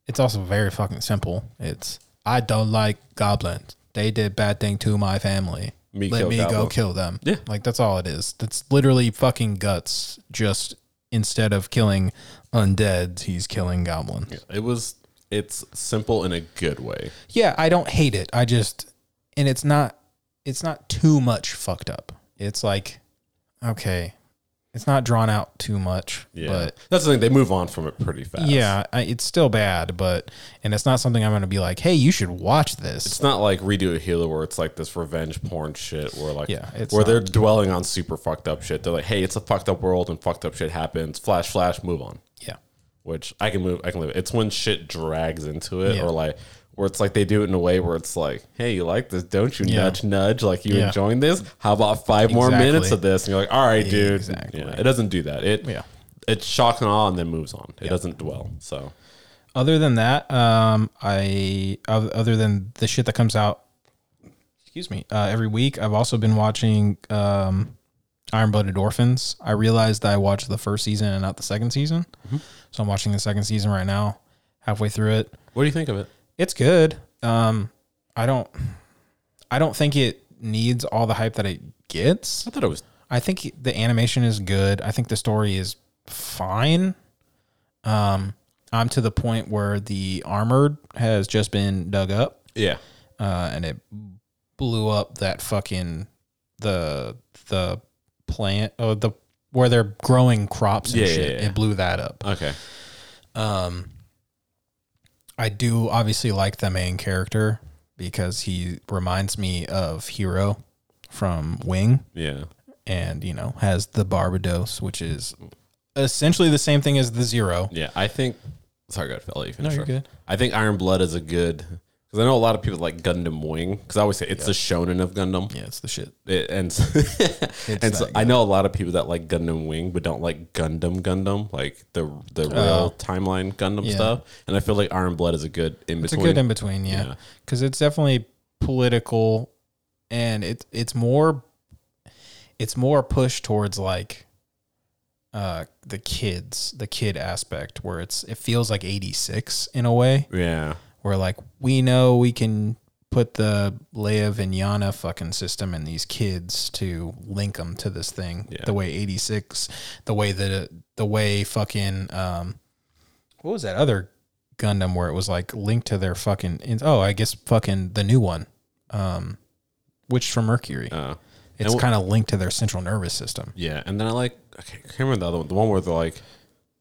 it's also very fucking simple. It's I don't like goblins. They did bad thing to my family. Me Let kill me go goblins. kill them. Yeah. like that's all it is. That's literally fucking guts. Just instead of killing undead, he's killing goblins. Yeah. It was it's simple in a good way. I don't hate it. I just and it's not it's not too much fucked up. It's like okay, it's not drawn out too much, Yeah, but that's the thing. They move on from it pretty fast. yeah, I, it's still bad, but and it's not something I'm going to be like, "Hey, you should watch this." It's not like redo a healer where it's like this revenge porn shit where like Yeah, it's where they're dwelling on super fucked up shit. They're like, hey, it's a fucked up world and fucked up shit happens. Flash, flash, move on. yeah. Which I can move, I can live. it. It's when shit drags into it Yeah. or like where it's like they do it in a way where it's like, hey, you like this, don't you? Yeah. Nudge, nudge. Like you Yeah. enjoying this? How about five more Exactly. minutes of this? And you're like, all right, dude. Exactly. Yeah, it doesn't do that. It Yeah. It's shock and awe and then moves on. It doesn't dwell. So Other than that, um I oth- other than the shit that comes out excuse me, uh, every week, I've also been watching um Iron-Blooded Orphans. I realized I watched the first season and not the second season. So I'm watching the second season right now, halfway through it. what do you think of it? it's good. Um, I don't, I don't think it needs all the hype that it gets. I thought it was I think the animation is good. I think the story is fine. Um, I'm to the point where the armored has just been dug up, yeah. uh, and it blew up that fucking the the plant or the where they're growing crops and Yeah, shit. yeah, yeah. It blew that up. Okay. Um, I do obviously like the main character because he reminds me of Hero from Wing, Yeah. and you know has the Barbados, which is essentially the same thing as the Zero. Yeah, I think. Sorry, God, I'll let you finish. you're first. good. I think Iron Blood is a good because I know a lot of people like Gundam Wing because I always say it's the shonen of Gundam. Yeah, it's the shit. It, and and so that I know a lot of people that like Gundam Wing but don't like Gundam Gundam like the the real timeline Gundam Oh. Yeah. stuff. And I feel like Iron Blood is a good in It's a between. good in between, yeah, Yeah. because it's definitely political, and it's it's more it's more pushed towards like uh the kids the kid aspect where it's it feels like 86 in a way yeah, where like we know we can put the Leia Vignana fucking system in these kids to link them to this thing. Yeah. The way eighty six, the way the the way fucking um, what was that other Gundam where it was like linked to their fucking in- oh I guess fucking the new one, um, Witch from Mercury. uh, it's and wh- kind of linked to their central nervous system. yeah. And then I like I can't can't remember the other one, the one where they're like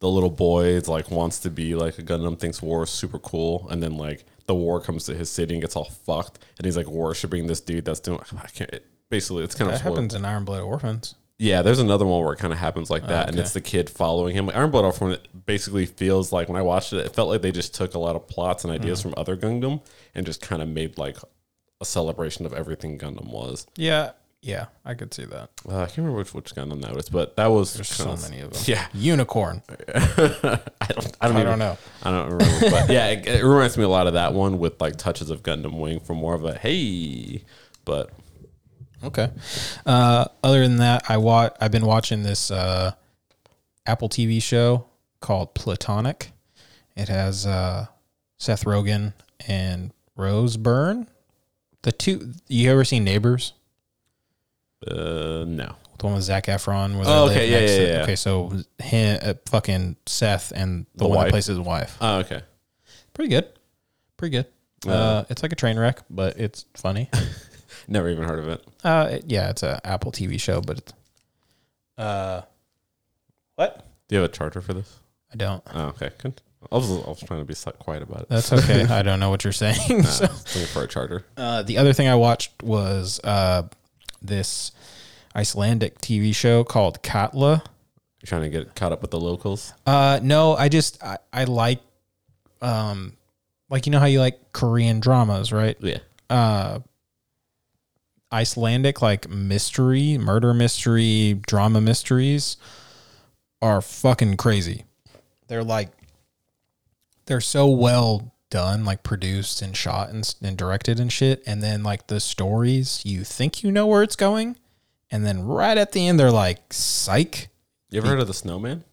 the little boy is like wants to be like a Gundam, thinks war is super cool, and then like the war comes to his city and gets all fucked, and he's like worshiping this dude that's doing. I can't. It, basically, it's kind That of spoiled. happens in Iron Blood Orphans. Yeah, there's another one where it kind of happens like that, and it's the kid following him. Like, Iron Blood Orphan basically feels like when I watched it, it felt like they just took a lot of plots and ideas Mm-hmm. from other Gundam and just kind of made like a celebration of everything Gundam was. Yeah, yeah, I could see that. Uh, I can't remember which, which Gundam that was, but that was There's so kinda- many of them. Yeah, Unicorn. I don't, I don't, I even- don't know. I don't remember, but yeah, it, it reminds me a lot of that one with like touches of Gundam Wing for more of a hey, but Okay. Uh, other than that, I wa- I've been watching this uh, Apple TV show called Platonic. It has uh, Seth Rogen and Rose Byrne. The two you ever seen Neighbors? uh, no, The one with Zach Efron. Where they Oh, live okay. Yeah, next yeah, to- yeah. Okay, so him, uh, fucking Seth and the, The one that wife. plays his wife. oh, okay, Pretty good. Pretty good. Uh, it's like a train wreck, but it's funny. never even heard of it. Uh, it- yeah, it's a Apple TV show, but it's. Uh, what? Do you have a charger for this? I don't. Oh, okay, good. I was, I was trying to be si- quiet about it. That's okay. I don't know what you're saying. Nah, So, Uh, it's only for a charger. uh, the other thing I watched was uh, this Icelandic TV show called Katla. You're trying to get caught up with the locals. Uh, no, I just I, I like um like you know how you like Korean dramas, right? Yeah. Uh, Icelandic like mystery, murder mystery, drama mysteries are fucking crazy. They're like they're so well done, like produced and shot and, s- and directed and shit. And then like the stories, you think you know where it's going, and then right at the end, they're like, "Psych." You ever heard of the snowman?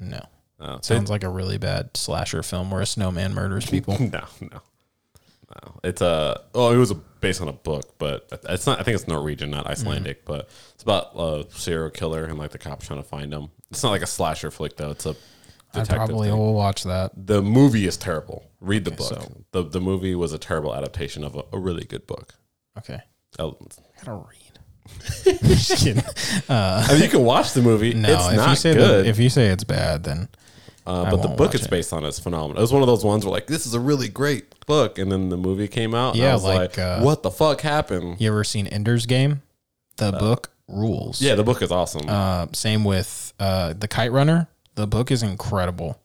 Oh, No, No. They- sounds like a really bad slasher film where a snowman murders people. no, no, no. It's a. Oh, it was a, based on a book, but it's not. I think it's Norwegian, not Icelandic. But it's about a serial killer and like the cops trying to find him. It's not like a slasher flick though. It's a I detective. probably thing. will watch that. The movie is terrible. Read the book. so- the The movie was a terrible adaptation of a, a really good book. Okay. Oh, I don't read. Just kidding. I mean, you can watch the movie. No, it's if not you say good. The, if you say it's bad, then Uh, I but the won't book watch it's it. based on is phenomenal. It was one of those ones where like this is a really great book, and then the movie came out. and Yeah, I was like, like, uh, what the fuck happened? you ever seen Ender's Game? The book rules. Uh, Yeah, the book is awesome. Uh, same with uh, the Kite Runner. The book is incredible.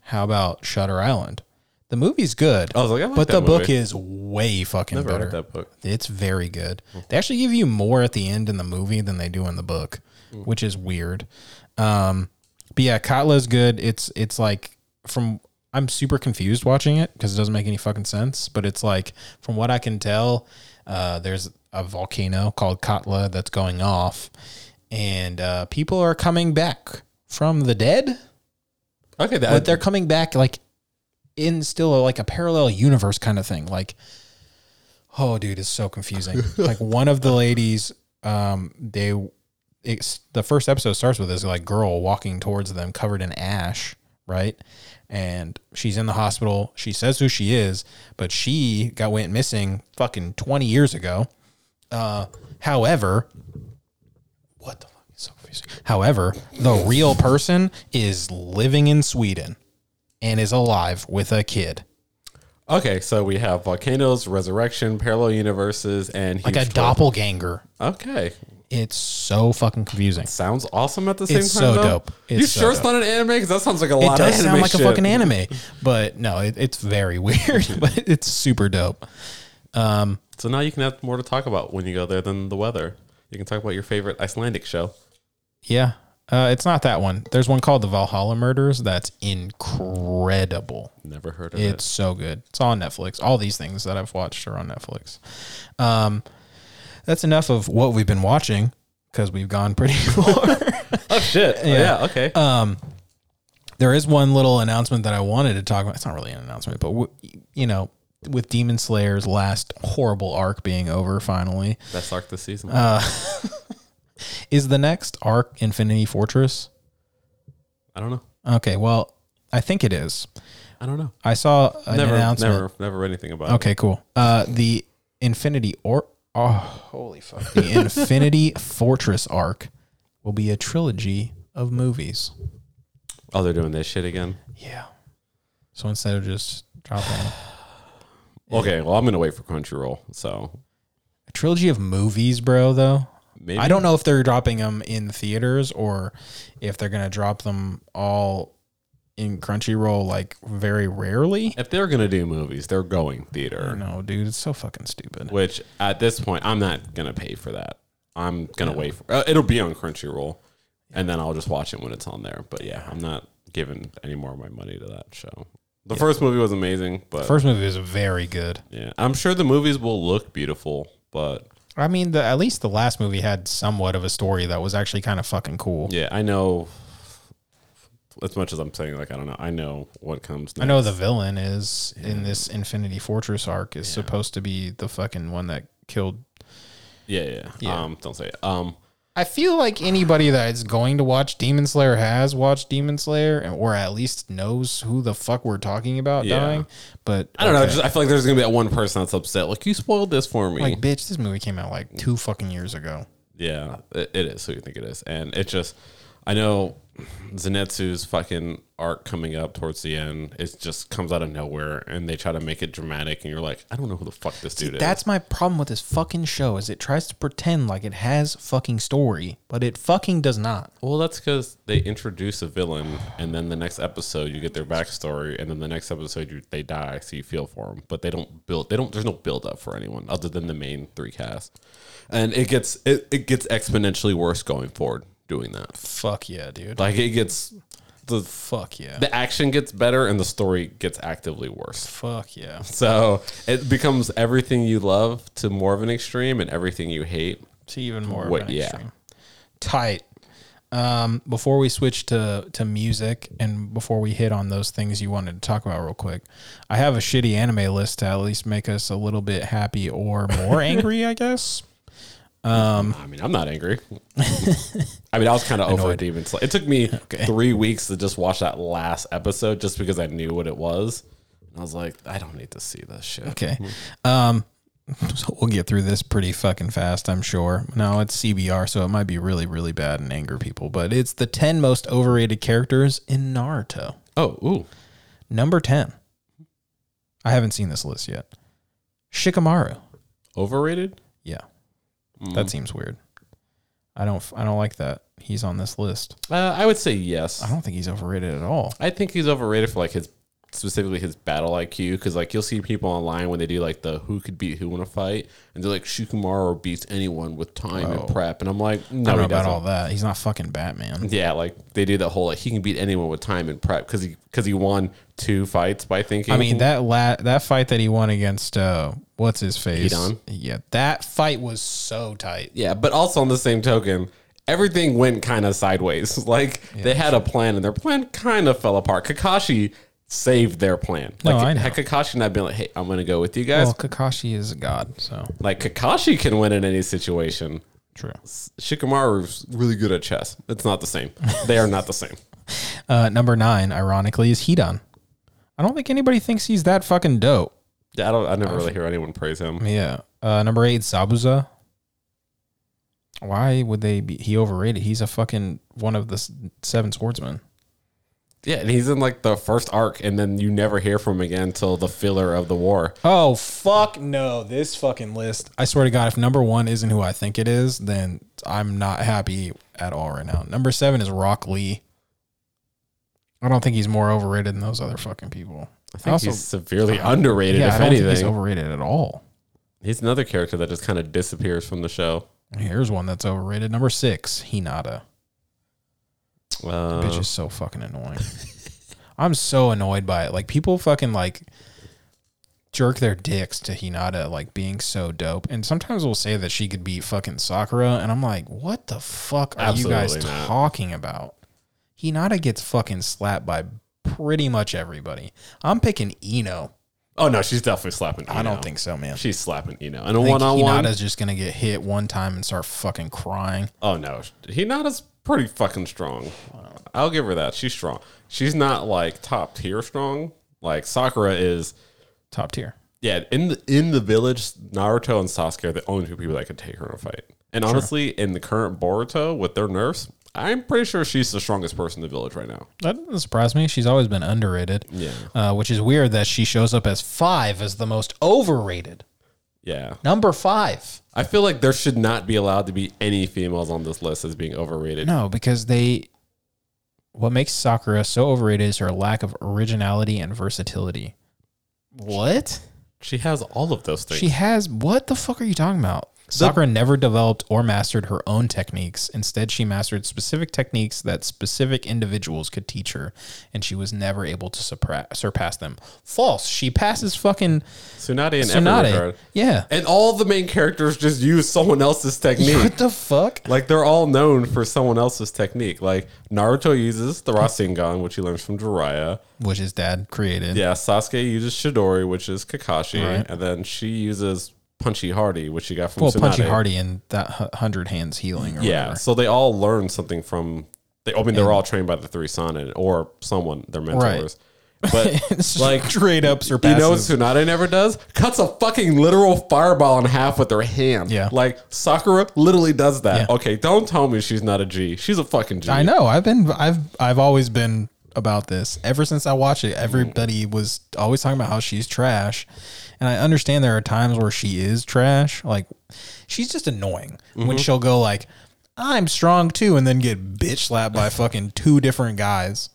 How about Shutter Island? The movie's good. I was like, Oh, I like but that the book movie. is way fucking Never better. read that book. It's very good. They actually give you more at the end in the movie than they do in the book, which is weird. Um, but yeah, Katla's good. It's it's like from I'm super confused watching it because it doesn't make any fucking sense. But it's like from what I can tell, uh, there's a volcano called Katla that's going off, and uh, people are coming back from the dead Okay, but that, they're coming back like in still like a parallel universe kind of thing. Like, oh, dude, it's so confusing. like one of the ladies, um, they, it's the first episode starts with this like girl walking towards them covered in ash, right? And she's in the hospital. She says who she is, but she got went missing fucking twenty years ago. Uh, however, what the fuck is so confusing? However, the real person is living in Sweden and is alive with a kid, okay, so we have volcanoes, resurrection, parallel universes, and like a huge tro- doppelganger. Okay, It's so fucking confusing. sounds awesome at the same It's time. so though. dope. It's you so sure it's not an anime? Because that sounds like a lot. It does of anime sound like a shit. fucking anime, but no, it, it's very weird, but it's super dope. So now you can have more to talk about when you go there than the weather. You can talk about your favorite Icelandic show. Yeah. Uh, it's not that one. There's one called The Valhalla Murders that's incredible. Never heard of It's so good. It's all on Netflix. All these things that I've watched are on Netflix. Um, that's enough of what we've been watching because we've gone pretty far. it. Oh shit! Yeah, okay. Uh, there is one little announcement that I wanted to talk about. It's not really an announcement, but w- you know, with Demon Slayer's last horrible arc being over finally, Best arc this season. uh, is the next arc Infinity Fortress? I don't know. Okay, well, I think it is. I don't know. I saw an Never, announcement. never, never read anything about Okay, cool. Uh, the Infinity or oh, holy fuck, the Infinity Fortress arc will be a trilogy of movies. it. Oh, they're doing this shit again. Yeah. So instead of just dropping Okay, well, I'm gonna wait for Crunchyroll. So a trilogy of movies, bro, though. maybe I don't know if they're dropping them in theaters or if they're gonna drop them all in Crunchyroll like very rarely. if they're gonna do movies, they're going theater. No, dude, it's so fucking stupid. Which at this point, I'm not gonna pay for that. I'm gonna wait for uh, it'll be on Crunchyroll, and then I'll just watch it when it's on there. But yeah, I'm not giving any more of my money to that show. The first movie was amazing, but First movie was very good. yeah, I'm sure the movies will look beautiful. But I mean, the at least the last movie had somewhat of a story that was actually kind of fucking cool. yeah, I know. As much as I'm saying, like I don't know, I know what comes. Next. I know the villain is in this Infinity Fortress arc is supposed to be the fucking one that killed. Yeah, yeah. Yeah. Um, don't say it. Um, I feel like anybody that is going to watch Demon Slayer has watched Demon Slayer, and- or at least knows who the fuck we're talking about Yeah. dying. But I don't know. okay. Just, I feel like there's gonna be that one person that's upset. Like you spoiled this for me. like bitch, this movie came out like two fucking years ago. yeah, it, it is who you think it is, and it just. I know Zenetsu's fucking arc coming up towards the end. It just comes out of nowhere, and they try to make it dramatic, and you're like, I don't know who the fuck this dude is. That's my problem with this fucking show is it tries to pretend like it has fucking story, but it fucking does not. Well, that's because they introduce a villain, and then the next episode you get their backstory, and then the next episode you, they die, so you feel for them. But they don't build. They don't. There's no build up for anyone other than the main three cast, and it gets it, it gets exponentially worse going forward. Doing that, Fuck yeah, dude. like it gets the Fuck yeah. the action gets better and the story gets actively worse. Fuck yeah. So it becomes everything you love to more of an extreme, and everything you hate. to even more What- of an yeah. extreme. Tight. Um, before we switch to to music and before we hit on those things you wanted to talk about real quick, I have a shitty anime list to at least make us a little bit happy or more angry, I guess. Um, I mean, I'm not angry. I mean, I was kind of over Demon Slayer. It took me three weeks to just watch that last episode just because I knew what it was. And I was like, I don't need to see this shit. Okay. Um So we'll get through this pretty fucking fast, I'm sure. No, it's CBR, so it might be really, really bad and anger people, but it's the 10 most overrated characters in Naruto. Oh, ooh. Number 10. I haven't seen this list yet. Shikamaru. Overrated? Yeah. That seems weird. I don't f- I don't like that. He's on this list. Uh, I would say yes. I don't think he's overrated at all. I think he's overrated for like his specifically his battle IQ because like you'll see people online when they do like the who could beat who in a fight and they're like Shukumaro beats anyone with time Oh. and prep and I'm like I no don't know he about doesn't. all that. He's not fucking Batman. Yeah, like they do that whole like he can beat anyone with time and prep because he because he won two fights by thinking. I mean that la- that fight that he won against uh what's his face? Hidan? Yeah, that fight was so tight. yeah, but also on the same token, everything went kind of sideways. Like they had a plan and their plan kind of fell apart. Kakashi saved their plan. No, Like I know. had Kakashi not been like, hey, I'm gonna go with you guys. Well, Kakashi is a god, so like Kakashi can win in any situation. true. Shikamaru's really good at chess. It's not the same. They are not the same. Uh, number nine, ironically, is Hidan. I don't think anybody thinks he's that fucking dope. I don't. I never really hear anyone praise him. Yeah. Uh, number eight, Zabuza. Why would they be? He overrated. He's a fucking one of the s- seven swordsmen. Yeah, and he's in like the first arc, and then you never hear from him again until the filler of the war. Oh fuck no! This fucking list. I swear to God, if number one isn't who I think it is, then I'm not happy at all right now. Number seven is Rock Lee. I don't think he's more overrated than those other fucking people. I think he's severely underrated, uh, yeah, if I don't anything. think He's, he's overrated at all. another character that just kind of disappears from the show. Here's one that's overrated. Number six, Hinata. Uh, bitch is so fucking annoying. I'm so annoyed by it. Like people fucking like jerk their dicks to Hinata like being so dope. And sometimes we'll say that she could be fucking Sakura and I'm like, "What the fuck are you guys Absolutely not. talking about?" Hinata gets fucking slapped by pretty much everybody. I'm picking Eno. oh no, she's definitely slapping. Eno. I don't think so, man. she's slapping Eno. And a I think one on one. Hinata's just going to get hit one time and start fucking crying. Oh no, Hinata's pretty fucking strong. I'll give her that. She's strong. She's not like top tier strong. Like Sakura is. Top tier. Yeah, in the in the village, Naruto and Sasuke are the only two people that could take her in a fight. And honestly, in the current Boruto with their nerfs, I'm pretty sure she's the strongest person in the village right now. That doesn't surprise me. She's always been underrated. Yeah. Uh, which is weird that she shows up as five as the most overrated. Yeah. Number five. I feel like there should not be allowed to be any females on this list as being overrated. No, because they. What makes Sakura so overrated is her lack of originality and versatility. What? She has all of those things. She has. What the fuck are you talking about? Sakura never developed or mastered her own techniques. Instead, she mastered specific techniques that specific individuals could teach her, and she was never able to surpass, surpass them. False. She passes fucking Tsunade in every Tsunade. regard. Yeah. And all the main characters just use someone else's technique. What the fuck? like they're all known for someone else's technique. Like Naruto uses the Rasengan, which he learns from Jiraiya. Which his dad created. Yeah, Sasuke uses Shidori, which is Kakashi, Right. and then she uses Punchy Hardy, which she got from Well, Tsunade. Punchy Hardy and that hu- Hundred Hands Healing. Or Yeah, whatever. so they all learn something from. They, I mean, they're all trained by the three Sonin or someone, their mentors. But It's like, like straight up you know what surpasses. Tsunade never does? Cuts a fucking literal fireball in half with her hand. Yeah. Like Sakura literally does that. Yeah. Okay, don't tell me she's not a G. She's a fucking G. I know. I've been. I've. I've always been about this ever since I watched it. Everybody was always talking about how she's trash, and I understand there are times where she is trash. Like, she's just annoying when she'll go like, "I'm strong too," and then get bitch slapped by fucking two different guys.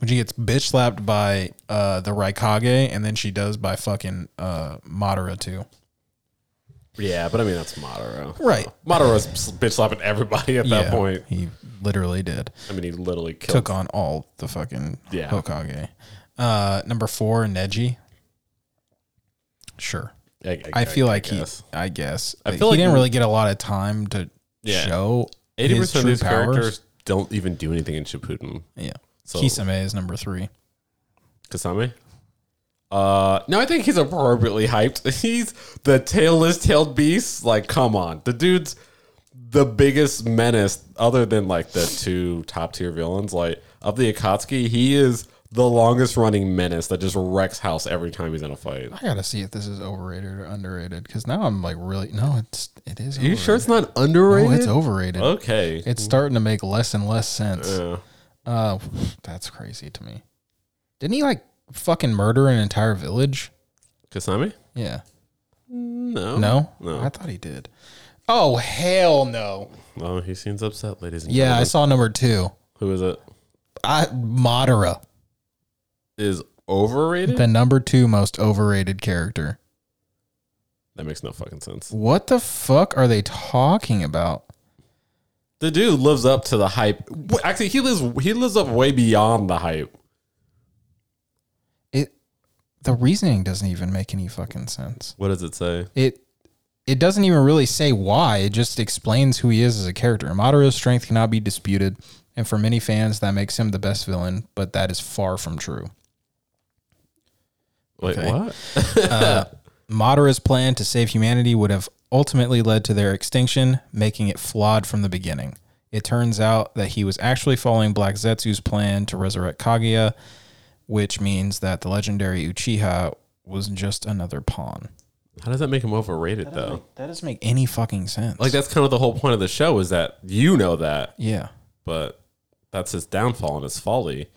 when she gets bitch slapped by uh, the Raikage, and then she does by fucking uh, Madara too. Yeah, but I mean that's Madara. Right. Madara's bitch slapping everybody at that point. he literally did I mean, he literally killed. took on all the fucking Yeah. Hokage. Uh, number four, Neji. Sure, I, feel like he. guess. I guess I I feel he like didn't we- really get a lot of time to Yeah. show Eighty his percent true of these powers. characters don't even do anything in Shippuden. Yeah, So- Kisame is number three. Kasame. Uh, no, I think he's appropriately hyped. He's the tailless tailed beast. Like, come on, the dude's the biggest menace other than like the two top tier villains. Like of the Akatsuki, he is the longest running menace that just wrecks house every time he's in a fight. I gotta see if this is overrated or underrated because now I'm like really no, it's it is. Are you sure overrated. it's not underrated? No, it's overrated. Okay. It's starting to make less and less sense. Yeah. Uh, that's crazy to me. Didn't he like fucking murder an entire village? Kasami? Yeah. No. no. Oh. no. I thought he did. Oh hell no! Oh, he seems upset, ladies and Yeah, I gentlemen. saw number two. Who is it? I Madara, Is overrated? the number two most overrated character. that makes no fucking sense. What the fuck are they talking about? The dude lives up to the hype. W- Actually, he lives he lives up way beyond the hype. It the reasoning doesn't even make any fucking sense. What does it say? it it doesn't even really say why. It just explains who he is as a character. Madara's strength cannot be disputed, and for many fans, that makes him the best villain. But that is far from true. Wait, Okay. what? Madara's plan to save humanity would have ultimately led to their extinction, making it flawed from the beginning. It turns out that he was actually following Black Zetsu's plan to resurrect Kaguya, which means that the legendary Uchiha was just another pawn. How does that make him overrated though? That doesn't make any fucking sense. Oh. Like that's kind of the whole point of the show is that you know that, yeah. but that's his downfall and his folly.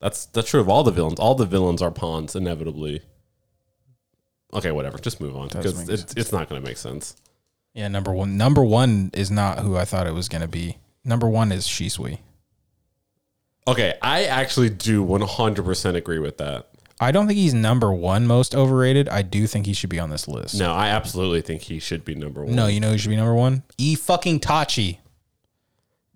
That's that's true of all the villains. All the villains are pawns inevitably. Okay, whatever. Just move on Does because make it's, it's not going to make sense. Yeah, number one. Number one is not who I thought it was going to be. Number one is Shisui. Okay, I actually do 100% agree with that. I don't think he's number one most overrated. I do think he should be on this list. No, I absolutely think he should be number one. No, you know who should be number one? E fucking Tachi.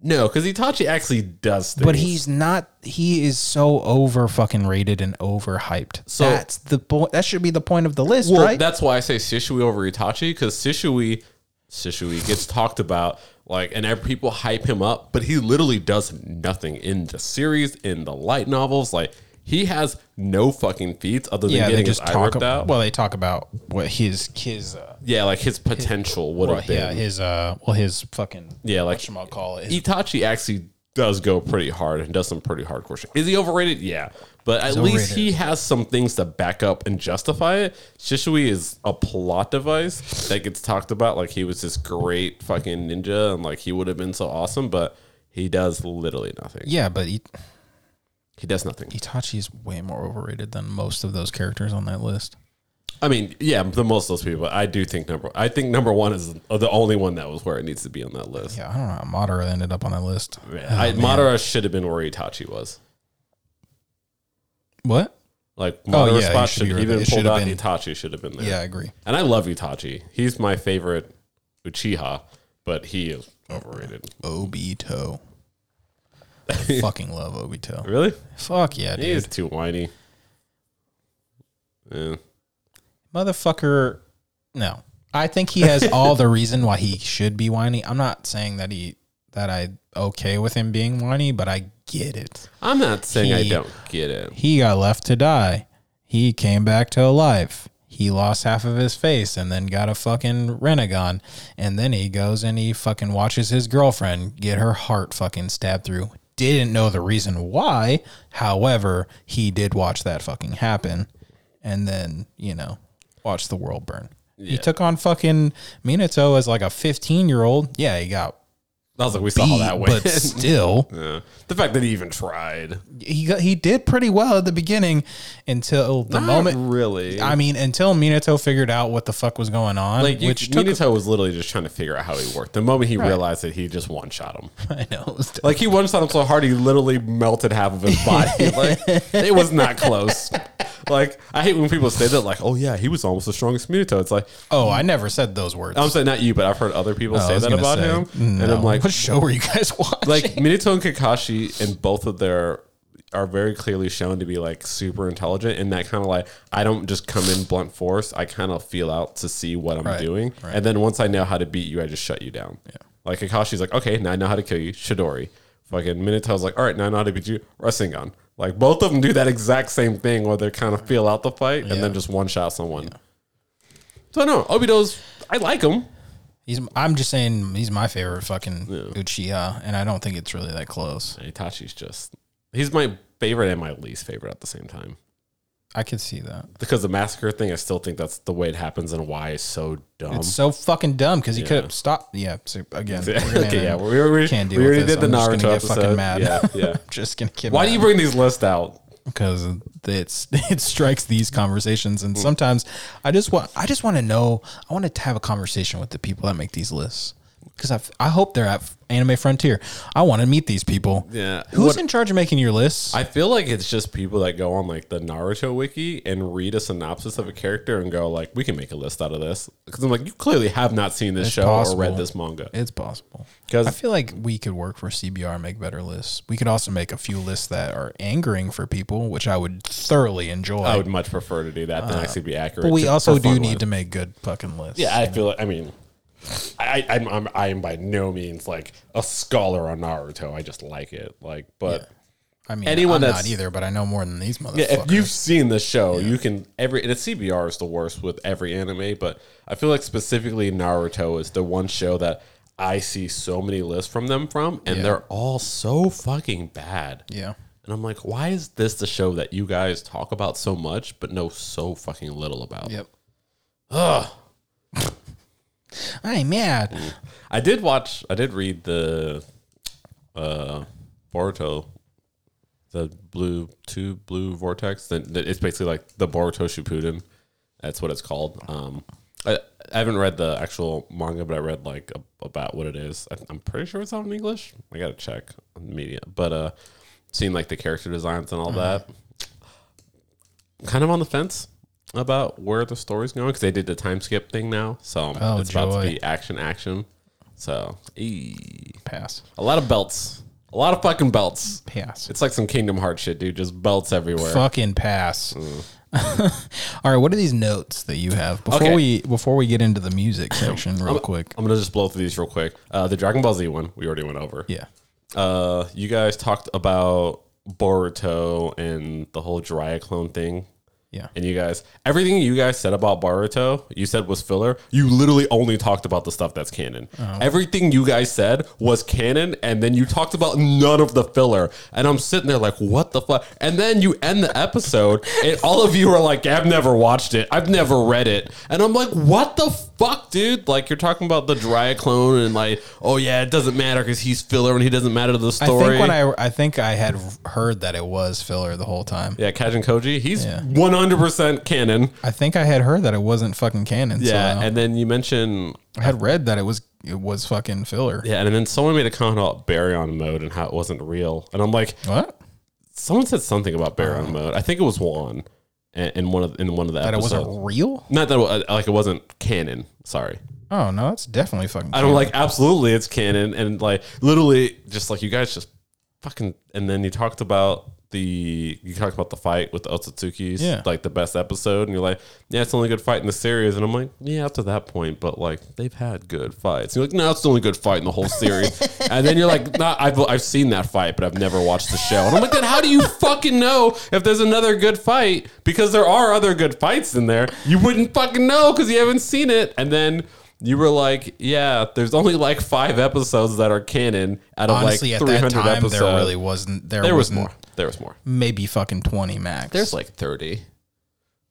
No, because Itachi actually does things. But he's not. He is so over fucking rated and overhyped. So- that's the point. That should be the point of the list, Well, right? that's why I say Shishui over Itachi because Shishui, Shishui gets talked about like, and ev- people hype him up, but he literally does nothing in the series, in the light novels. Like he has no fucking feats other than yeah, they getting his just eye talk. ripped About, out. well, they talk about what his his uh, yeah, like his potential would have been. yeah his uh well his fucking Yeah, like- I call it. His, Itachi actually does go pretty hard and does some pretty hardcore shit. Is he overrated? Yeah. But at least overrated. he has some things to back up and justify it. Shishui is a plot device that gets talked about like he was this great fucking ninja and like he would have been so awesome, but he does literally nothing. yeah, but he, He does nothing. Itachi is way more overrated than most of those characters on that list. I mean, yeah, the most of those people. I do think number I think number one is the only one that was where it needs to be on that list. Yeah, I don't know how Madara ended up on that list. Oh, I, Madara should have been where Itachi was. What? Like Oh, Madara's yeah, he spot should be should, right there. even It pulled should have out been- Itachi should have been there. Yeah, I agree. And I love Itachi. He's my favorite Uchiha, but he is overrated. Obito. I fucking love Obito. Really? Fuck yeah, He dude. is too whiny. Yeah. Motherfucker. No. I think he has all the reason why he should be whiny. I'm not saying that he that I okay with him being whiny, but I get it. I'm not saying I He- don't get it. He got left to die. He came back to life. He lost half of his face and then got a fucking Renegon. And then he goes and he fucking watches his girlfriend get her heart fucking stabbed through. Didn't know the reason why. However, he did watch that fucking happen. And then, you know, watch the world burn. He took on fucking Minato as like a 15 year old. Yeah, he got I was like, we saw beat, how that went. but still. Yeah. The fact that he even tried. he got, he did pretty well at the beginning until the moment really. I mean until Minato figured out what the fuck was going on like, you, which Minato took was literally just trying to figure out how he worked. The moment he realized that he just one shot him. I know it was- Like, he one shot him so hard, he literally melted half of his body. like, it was not close. Like, I hate when people say that, like, oh, yeah, he was almost the strongest Minato. It's like, oh I never said those words I'm saying not you, but I've heard other people Oh, I say was that gonna about say, him, and I'm no. like, what show were you guys watching like Minato and Kakashi, and both of their are very clearly shown to be like super intelligent, and that kind of like I don't just come in blunt force. I kind of feel out to see what I'm doing, and then once I know how to beat you, I just shut you down. Yeah. Like Kakashi's like, okay, now I know how to kill you, Shidori. Fucking Minato's like, all right, now I know how to beat you, Rasengan. Like both of them do that exact same thing where they kind of feel out the fight and then just one shot someone. So no, Obito's I like him. he's I'm just saying he's my favorite fucking Uchiha and I don't think it's really that close Itachi's just he's my favorite and my least favorite at the same time. I could see that. Because the massacre thing, I still think that's the way it happens and why it's so dumb. It's so fucking dumb because he could have stopped. Yeah. So again, we're gonna okay, yeah, end- we already, can't deal we with already this. did the I'm just gonna Naruto get episode. fucking mad. Yeah, yeah. just gonna get. Why do you bring these lists out? Because it's it strikes these Mm-hmm. conversations, and sometimes I just want I just want to know. I want to have a conversation with the people that make these lists. Because I, I hope they're at Anime Frontier. I want to meet these people. Yeah. Who's What- in charge of making your lists? I feel like it's just people that go on like the Naruto wiki and read a synopsis of a character and go like, "We can make a list out of this." Because I'm like, you clearly have not seen this show or read possible. this manga. It's possible. 'Cause- I feel like we could work for CBR and make better lists. We could also make a few lists that are angering for people, which I would thoroughly enjoy. I would much prefer to do that than actually be accurate. Uh, but we to- also for do fun need ones. to make good fucking lists. Yeah, I feel. like I mean, I, I I'm, I'm I am by no means like a scholar on Naruto. I just like it. Like, but I mean, Anyone anyone I'm that's- not either, but I know more than these yeah, motherfuckers. if you've seen the show, you can every. And the CBR is the worst with every anime, but I feel like specifically Naruto is the one show that I see so many lists from them from, and they're all so fucking bad. yeah. And I'm like, why is this the show that you guys talk about so much, but know so fucking little about? Yep. Ugh. Mm. I'm mad. I did watch. I did read the uh Boruto, the blue two blue vortex. That that- it's basically like the Boruto Shippuden. That's what it's called. Um, I, I haven't read the actual manga, but I read like a, about what it is. I, I'm pretty sure it's out in English. I gotta check on the media, but uh, seeing like the character designs Mm-hmm. and all that, kind of on the fence about where the story's going because they did the time skip thing now, so Oh, it's about to joy. be action action. So, ee. Pass. a lot of belts, a lot of fucking belts. Pass. It's like some Kingdom Hearts shit, dude. Just belts everywhere. Fucking pass. Mm. All right, what are these notes that you have before Okay. we before we get into the music section real quick? I'm gonna just blow through these real quick. Uh, the Dragon Ball Z one we already went over. Yeah. Uh, you guys talked about Boruto and the whole Dryaclone thing. Yeah. And you guys, everything you guys said about Baruto, you said was filler. You literally only talked about the stuff that's canon. Oh. Everything you guys said was canon, and then you talked about none of the filler. And I'm sitting there like, what the fuck? And then you end the episode, and all of you are like, I've never watched it. I've never read it. And I'm like, what the fuck, dude? Like, you're talking about the Dryad clone, and like, oh yeah, it doesn't matter because he's filler and he doesn't matter to the I story. think when I I think I had heard that it was filler the whole time. yeah, Kajin Koji, he's 100% canon. I think I had heard that it wasn't fucking canon. Yeah, so and then you mentioned I had read that it was it was fucking filler. Yeah, and then someone made a comment about Baryon mode and how it wasn't real. And I'm like, What? someone said something about Baryon mode. I think it was Juan in in one of in one of the That it episodes. wasn't real? Not that it wa- like it wasn't canon. Sorry, Oh no, that's definitely fucking. I don't like. Absolutely, it's canon. And like literally, just like you guys just fucking. And then you talked about the you talked about the fight with the Otsutsukis, Yeah. like the best episode. And you're like, yeah, it's the only good fight in the series. And I'm like, yeah, up to that point, but like they've had good fights. you're like, no, it's the only good fight in the whole series. and then you're like, nah, I've I've seen that fight, but I've never watched the show. And I'm like, then how do you fucking know if there's another good fight? Because there are other good fights in there. You wouldn't fucking know because you haven't seen it. And then. You were like, yeah, there's only like five episodes that are canon out of Honestly, like at 300 that time, episodes. there really wasn't. There, There was wasn't, more. There was more. Maybe fucking twenty max. There's like 30.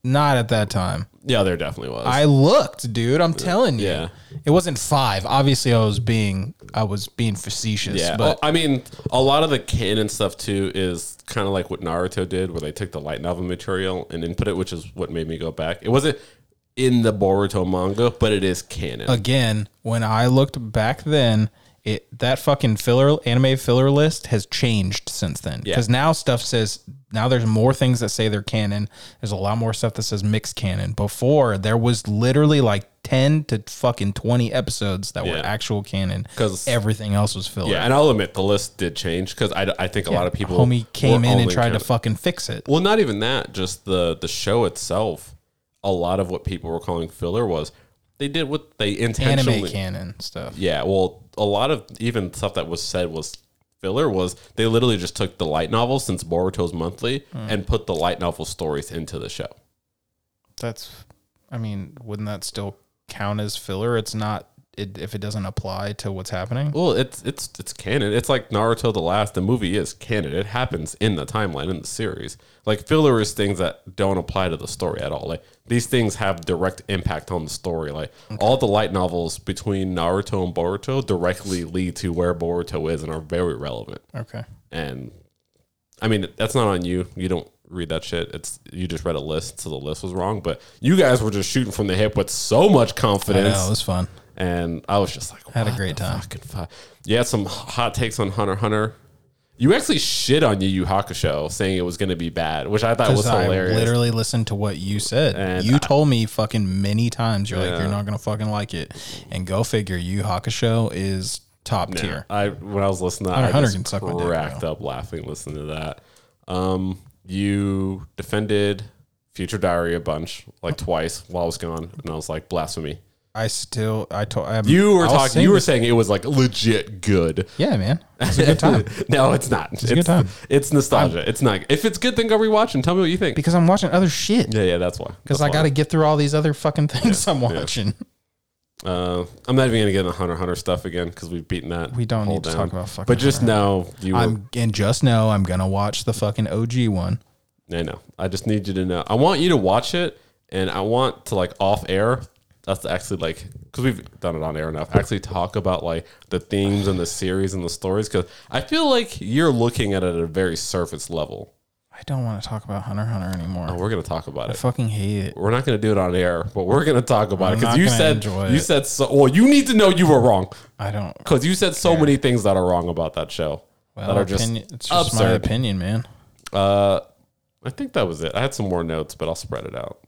not at that time. Yeah, there definitely was. I looked, dude. I'm telling you, Yeah. it wasn't five. Obviously, I was being I was being facetious, yeah. but Oh, I mean, a lot of the canon stuff too is kind of like what Naruto did, where they took the light novel material and input it, which is what made me go back. It wasn't in the Boruto manga, but it is canon. again, when I looked back then, it that fucking filler anime filler list has changed since then. Because now stuff says now there's more things that say they're canon. There's a lot more stuff that says mixed canon. Before there was literally like ten to fucking twenty episodes that were Yeah. actual canon. 'Cause- everything else was filler. yeah, and I'll admit the list did change because I, I think a lot of people Homie came in were and only tried counting- to fucking fix it. Well, not even that. Just the the show itself. A lot of what people were calling filler was they did what they intentionally. Anime canon stuff. Yeah, well, a lot of even stuff that was said was filler. Was they literally just took the light novel since Boruto's monthly and put the light novel stories into the show? That's I mean, wouldn't that still count as filler? It's not it, if it doesn't apply to what's happening. Well, it's it's it's canon. It's like Naruto the Last. The movie is canon. It happens in the timeline in the series. Like filler is things that don't apply to the story at all. Like these things have direct impact on the story. Like all the light novels between Naruto and Boruto directly lead to where Boruto is and are very relevant. Okay. And I mean that's not on you. You don't read that shit. It's you just read a list, so the list was wrong. But you guys were just shooting from the hip with so much I confidence know, it was fun. and I was just like, Had a what great the time. fucking fu- You had some hot takes on Hunter x Hunter. You actually shit on Yu Yu Hakusho, saying it was going to be bad, which I thought was I hilarious. literally listened to what you said. And you I- told me fucking many times. You're like, Yeah. you're not gonna fucking like it. And go figure, Yu Hakusho is top Yeah. tier. I when I was listening, to Hunter that, x I Hunter can just suck my dick, cracked up laughing listening to that. Um, you defended Future Diary a bunch, like twice while I was gone, and I was like, blasphemy. I still, I told I'm- You were I'll talking. sing You were this- saying it was like legit good. yeah, man. It's a good time no, it's not. It's, a good time. It's nostalgia. it's not. If it's good, then go rewatch and tell me what you think. because I'm watching other shit. yeah, yeah, that's why. Because That's I why. got to get through all these other fucking things I'm watching. Uh, I'm not even gonna get into Hunter x Hunter stuff again because we've beaten that. We don't whole need to talk about fucking But just know you. Were, I'm and just know I'm gonna watch the fucking OG one. I know. I just need you to know. I want you to watch it, and I want to like off air. That's actually like because we've done it on air enough. Actually, talk about like the themes and the series and the stories because I feel like you're looking at it at a very surface level. I don't want to talk about Hunter x Hunter anymore. And we're gonna talk about I it. fucking hate it. We're not gonna do it on air, but we're gonna talk about it I'm because not you gonna said enjoy you it. said so. Well, you need to know you were wrong I don't. because you said so many things that are wrong about that show. Well, that are just opinion, it's just my absurd. opinion, man. Uh, I think that was it. I had some more notes, but I'll spread it out.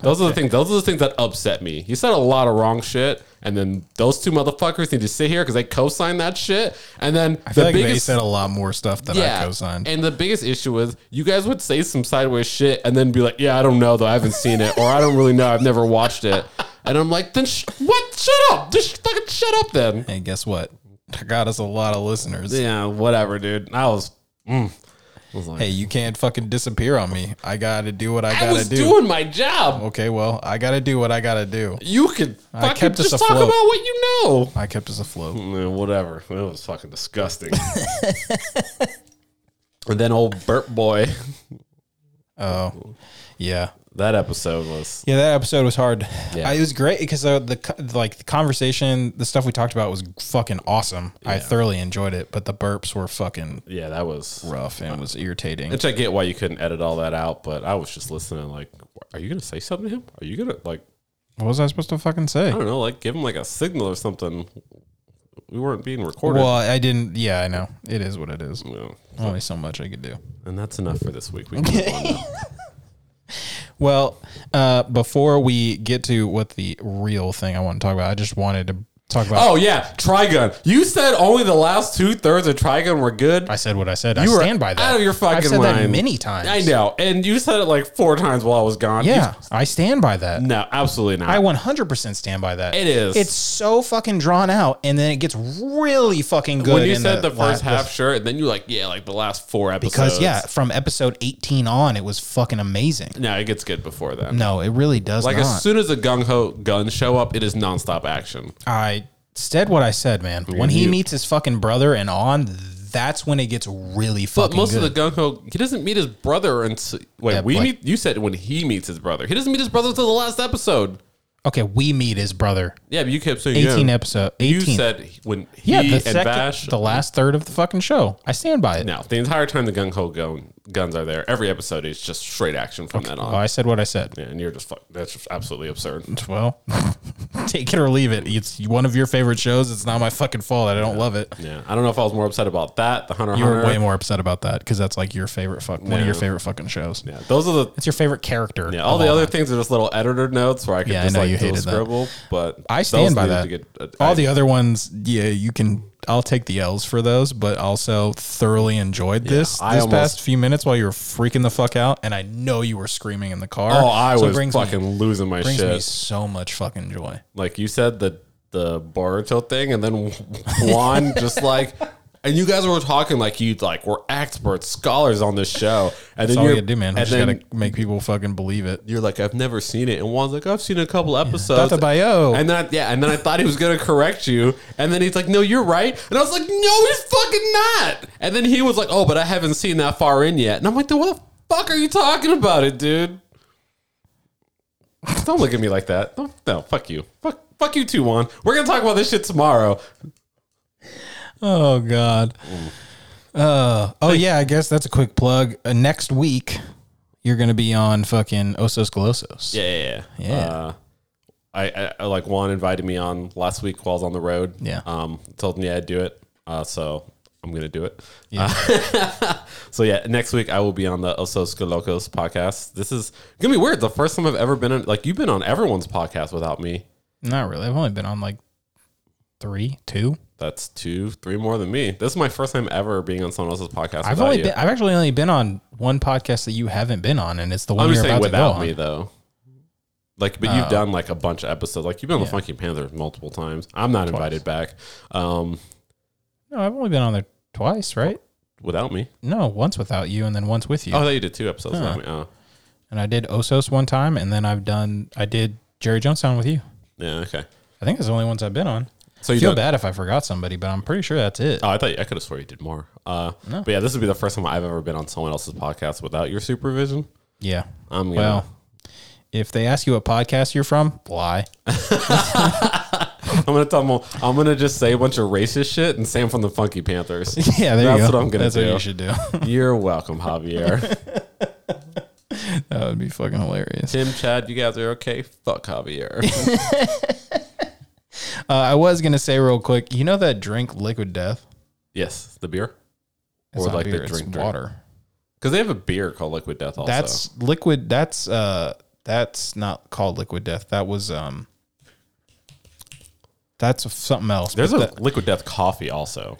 those are the things. Those are the things that upset me. You said a lot of wrong shit, and then those two motherfuckers need to sit here because they co-signed that shit. And then I the feel like biggest, they said a lot more stuff than I yeah. co-signed. And the biggest issue is you guys would say some sideways shit and then be like, "Yeah, I don't know though. I haven't seen it, or I don't really know. I've never watched it." And I'm like, "Then sh- what? Shut up! Just fucking shut up then." hey, guess what? I got us a lot of listeners. Yeah, whatever, dude. I was. mm. I was like, Hey, you can't fucking disappear on me. I gotta do what I I gotta was do. doing my job. okay, well, I gotta do what I gotta do. You could I fucking kept us just talk afloat. about what you know. I kept us afloat. Mm, Whatever. It was fucking disgusting. and then old Burt Boy. Oh, yeah. That episode was. Yeah, that episode was hard. Yeah. I, it was great because the, the co- like the conversation, the stuff we talked about was fucking awesome. I thoroughly enjoyed it, but the burps were fucking Yeah, that was. rough and it was irritating. Which I get why you couldn't edit all that out, but I was just listening. Like, are you gonna say something to him? Are you gonna like? What was I supposed to fucking say? I don't know. Like, give him like a signal or something. We weren't being recorded. Well, I didn't. Yeah, I know. It is what it is. No. Only so much I could do. And that's enough for this week. We can move on now. Well, uh, before we get to what the real thing I want to talk about, I just wanted to talk about. Oh yeah, Trigun. You said only the last two thirds of Trigun were good. I said what I said. You I were stand by that. out of your fucking I've said that mind. many times. I know. And you said it like four times while I was gone. Yeah, I stand by that. You- no, absolutely not. I 100% stand by that. It is. It's so fucking drawn out, and then it gets really fucking good. when you in said the, la- first half, sure, and then you like, yeah, like the last four episodes. because yeah, from episode 18 on, it was fucking amazing. No, it gets good before that. No, it really does like not. as soon as the gung ho guns show up, it is nonstop action. I said what I said, man. When he you- meets his fucking brother and on, that's when it gets really But fucking most good. of the gung ho, he doesn't meet his brother until wait, Yeah, we like- meet. You said when he meets his brother, he doesn't meet his brother until the last episode. okay, we meet his brother. Yeah, but you kept saying 18 yeah. episode. You 18. said when he yeah, the and second, Bash the last third of the fucking show. I stand by it. No, the entire time the gung ho gun, guns are there. Every episode is just straight action from that on. Well, Oh, I said what I said. Yeah, and you're just fuck. That's just absolutely absurd. Well, take it or leave it. It's one of your favorite shows. It's not my fucking fault. I don't love it. Yeah, I don't know if I was more upset about that. The Hunter You Hunter. were way more upset about that because that's like your favorite fuck one of your favorite fucking shows. yeah, those are the. It's your favorite character. Yeah, all of the other things are just little editor notes where I could Yeah, I just know like you do a hated that. scribble. But I stand those by needed that. to get- uh, all I- the other ones, yeah, you can. I'll take the L's for those, but also thoroughly enjoyed this I this almost- past few minutes while you were freaking the fuck out, and I know you were screaming in the car. oh, I so it was brings fucking me, losing my brings shit. me so much fucking joy. Like you said, the the Boruto thing, and then Juan just like. And you guys were talking like you like were experts, scholars on this show, That's and then all you you're gotta do, man. I And just then gotta make people fucking believe it. you're like, I've never seen it, and Juan's like, I've seen a couple episodes. Dr. Bio. And then I, yeah, and then I thought he was gonna correct you, and then he's like, "No, you're right," and I was like, "No, he's fucking not." And then he was like, "Oh, but I haven't seen that far in yet," and I'm like, "Then what the fuck are you talking about, it, dude?" Don't look at me like that. No, no fuck you. Fuck, fuck you too, Juan. We're gonna talk about this shit tomorrow. Oh God. Uh, oh yeah, I guess that's a quick plug. Uh, next week, you're gonna be on fucking Osos Golosos. Yeah, yeah, yeah. Yeah. Uh, I, I, I like Juan invited me on last week while I was on the road. Yeah. Um, told him yeah, I'd do it. Uh, so I'm gonna do it. Uh, so yeah, next week I will be on the Osos Locos podcast. This is gonna be weird. The first time I've ever been on. Like you've been on everyone's podcast without me. Not really. I've only been on like three, two. That's two, three more than me. This is my first time ever being on someone else's podcast. I've without only you. been. I've actually only been on one podcast that you haven't been on, and it's the one I'm you're just saying about to go without on. Oh. me though. Like, but you've done like a bunch of episodes. Like you've been on the Funky Panthers multiple times. I'm not invited back. Um, No, I've only been on there twice, right? without me. No, once without you, and then once with you. Oh, I thought you did two episodes without me. Oh, And I did Osos one time, and then I've done. I did Jerry Jonestown with you. yeah. Okay. I think that's the only ones I've been on. So you feel done- bad if I forgot somebody, but I'm pretty sure that's it. Oh, I thought you, I could have swore you did more. Uh, but yeah, this would be the first time I've ever been on someone else's podcast without your supervision. yeah. I'm gonna. Well, if they ask you what podcast you're from, lie. I'm gonna tell them. all- I'm gonna just say a bunch of racist shit and say I'm from the Funky Panthers. Yeah, there That's you go. what I'm gonna That's do. what you should do. You're welcome, Javier. that would be fucking hilarious. Tim, Chad, you guys are okay. Fuck Javier. Uh, I was gonna say real quick, you know that drink Liquid Death? yes, the beer. It's Or not like the beer, it's drink drink. water. Because they have a beer called Liquid Death. Also, That's liquid. That's uh, that's not called Liquid Death. That was um, that's something else. there's a But that- Liquid Death coffee also.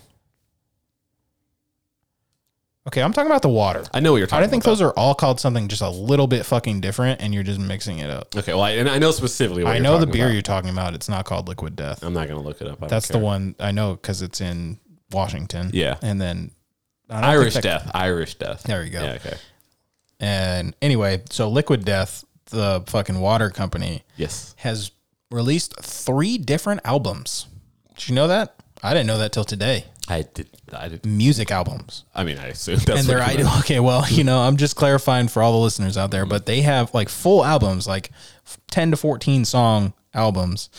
okay. I'm talking about the water. I know what you're talking. I don't think about. those are all called something just a little bit fucking different, and you're just mixing it up. Okay, well, I, and I know specifically. What I you're know the talking beer about. you're talking about. It's not called Liquid Death. I'm not gonna look it up. I don't That's care. the one I know because it's in Washington. Yeah. and then I don't think Irish that- death. Irish death. There you go. Yeah, okay. And anyway, so Liquid Death, the fucking water company, Yes. has released three different albums. Did you know that? I didn't know that till today. I did. I did. Music albums. I mean, I assume that's and what they're I you meant. okay, well, you know, I'm just clarifying for all the listeners out there, but they have like full albums, like f- 10 to 14 song albums,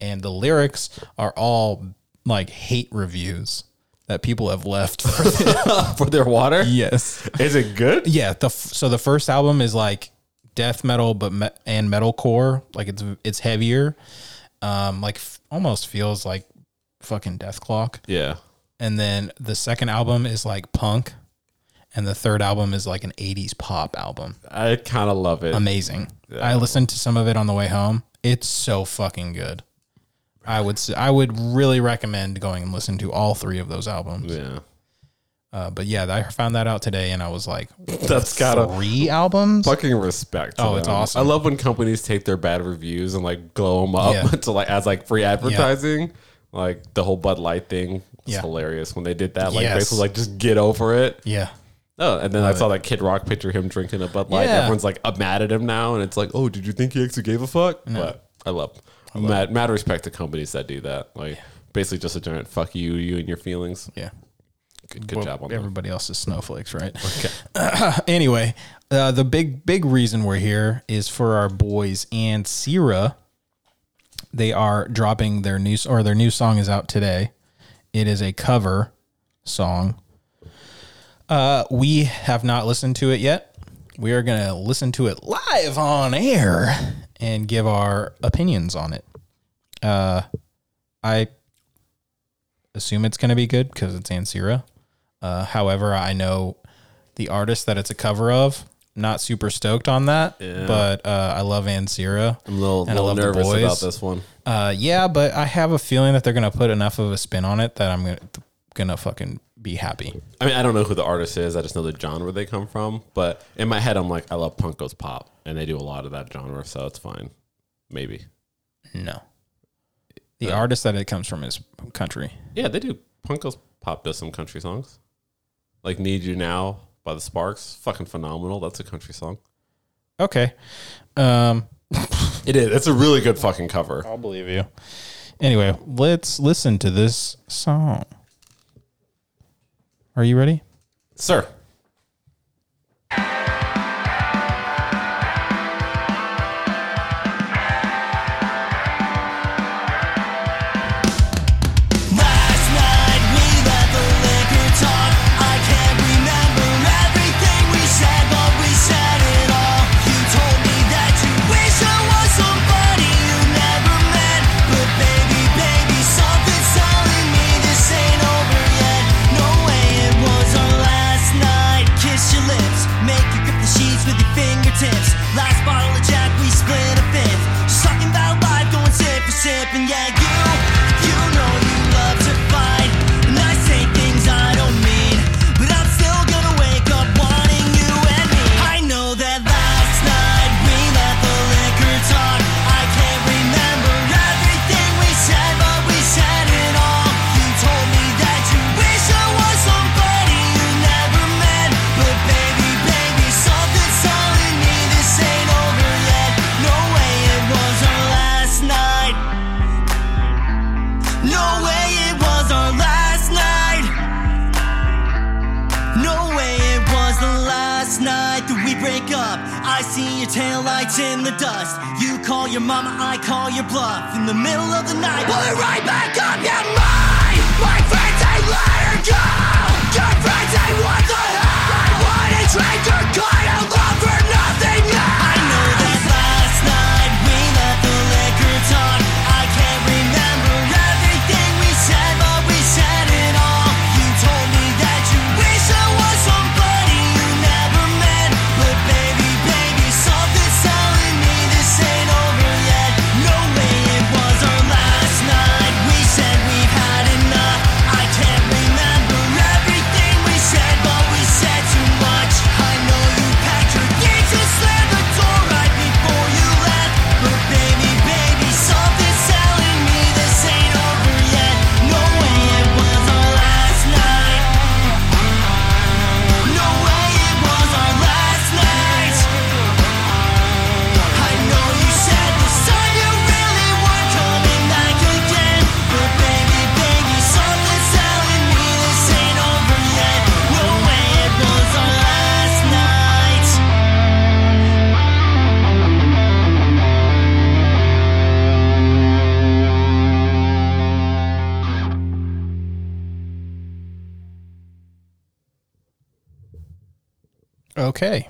and the lyrics are all like hate reviews that people have left for for their water. yes. Is it good? Yeah, the f- so the first album is like death metal, but me- and metalcore. Like it's it's heavier, um, like f- almost feels like fucking Death Clock. Yeah. And then the second album is like punk, and the third album is like an '80s pop album. I kind of love Um, it. Amazing. I listened to some of it on the way home. It's so fucking good. I would s- I would really recommend going and listen to all three of those albums. yeah. Uh, but yeah, I found that out today, and I was like, That's got a three albums. fucking respect. to Oh, it's them. awesome. I love when companies take their bad reviews and like glow them up Yeah. to like as like free advertising. Like the whole Bud Light thing was Yeah. hilarious when they did that. Like Yes. basically like just get over it. Yeah. Oh, and then I saw that Kid Rock picture of him drinking a Bud Light. Yeah. Everyone's like uh, mad at him now, and it's like, oh, did you think he actually gave a fuck? But I love, mad, mad respect to companies that do that. Like basically just a giant fuck you, you and your feelings. Yeah. Good, good Well, job on that. everybody else is snowflakes, right? anyway, uh, the big big reason we're here is for our boys and Sierra. They are dropping their new or their new song is out today. It is a cover song. Uh, we have not listened to it yet. We are going to listen to it live on air and give our opinions on it. Uh, I assume it's going to be good because it's Ansira. Uh, however, I know the artist that it's a cover of. Not super stoked on that, but uh, I love Ansira. I'm a little, I little love the nervous boys. about this one. Uh, yeah, but I have a feeling that they're gonna put enough of a spin on it that I'm gonna gonna fucking be happy. I mean, I don't know who the artist is. I just know the genre they come from. But in my head, I'm like, I love punk goes pop, and they do a lot of that genre, so it's fine. Maybe. No, the artist that it comes from is country. Yeah, they do punk goes Pop does some country songs, like "Need You Now" by the Sparks. Fucking phenomenal. That's a country song. Okay. Um, It is. It's a really good fucking cover. I'll believe you. Anyway, let's listen to this song. Are you ready? Sir, Last night we let the liquor talk. I can't remember everything we said, but we said it all. You told me that you wish I was somebody you never met, but baby, baby, something's telling me this ain't over yet. No way it was our last night. Kiss your lips, make you grip the sheets with your fingertips. Last bottle of Jack, we split a fifth. Just talking about life, going sip for sip, and yeah, you, you know you love to fight, and I say things I don't mean, but I'm still gonna wake up wanting you and me. I know that last night we let the liquor talk. I can't remember everything we said, but we said it all. You told me that you wish I was somebody you never met, but baby, baby, something's telling me this ain't over yet. No way it was our last night. No way it was our last night. No way it was the last night that we break up. I see your taillights in the dust. You call your mama, I call your bluff. In the middle of the night, pull it right back up your mind. My friends, I let her go. Your friends, I want the hell. I wanna drink your kind of love for nothing now. I know that last night we let the liquor talk. I can't remember everything we said, but we said it all. You told me that you wish I was somebody you never met. But baby, baby, something's telling me this ain't over yet. No way it was our last night. We said we've had enough. I can't remember everything we said, but we said too much. I know you packed your gates and slammed the door right before you left. But baby, baby, something's telling me this ain't over yet. No way it was our last night. No way it was our last night. I know you said this time you really weren't coming back again. But baby, baby, something's telling me this ain't over yet. No way it was our last night. Okay.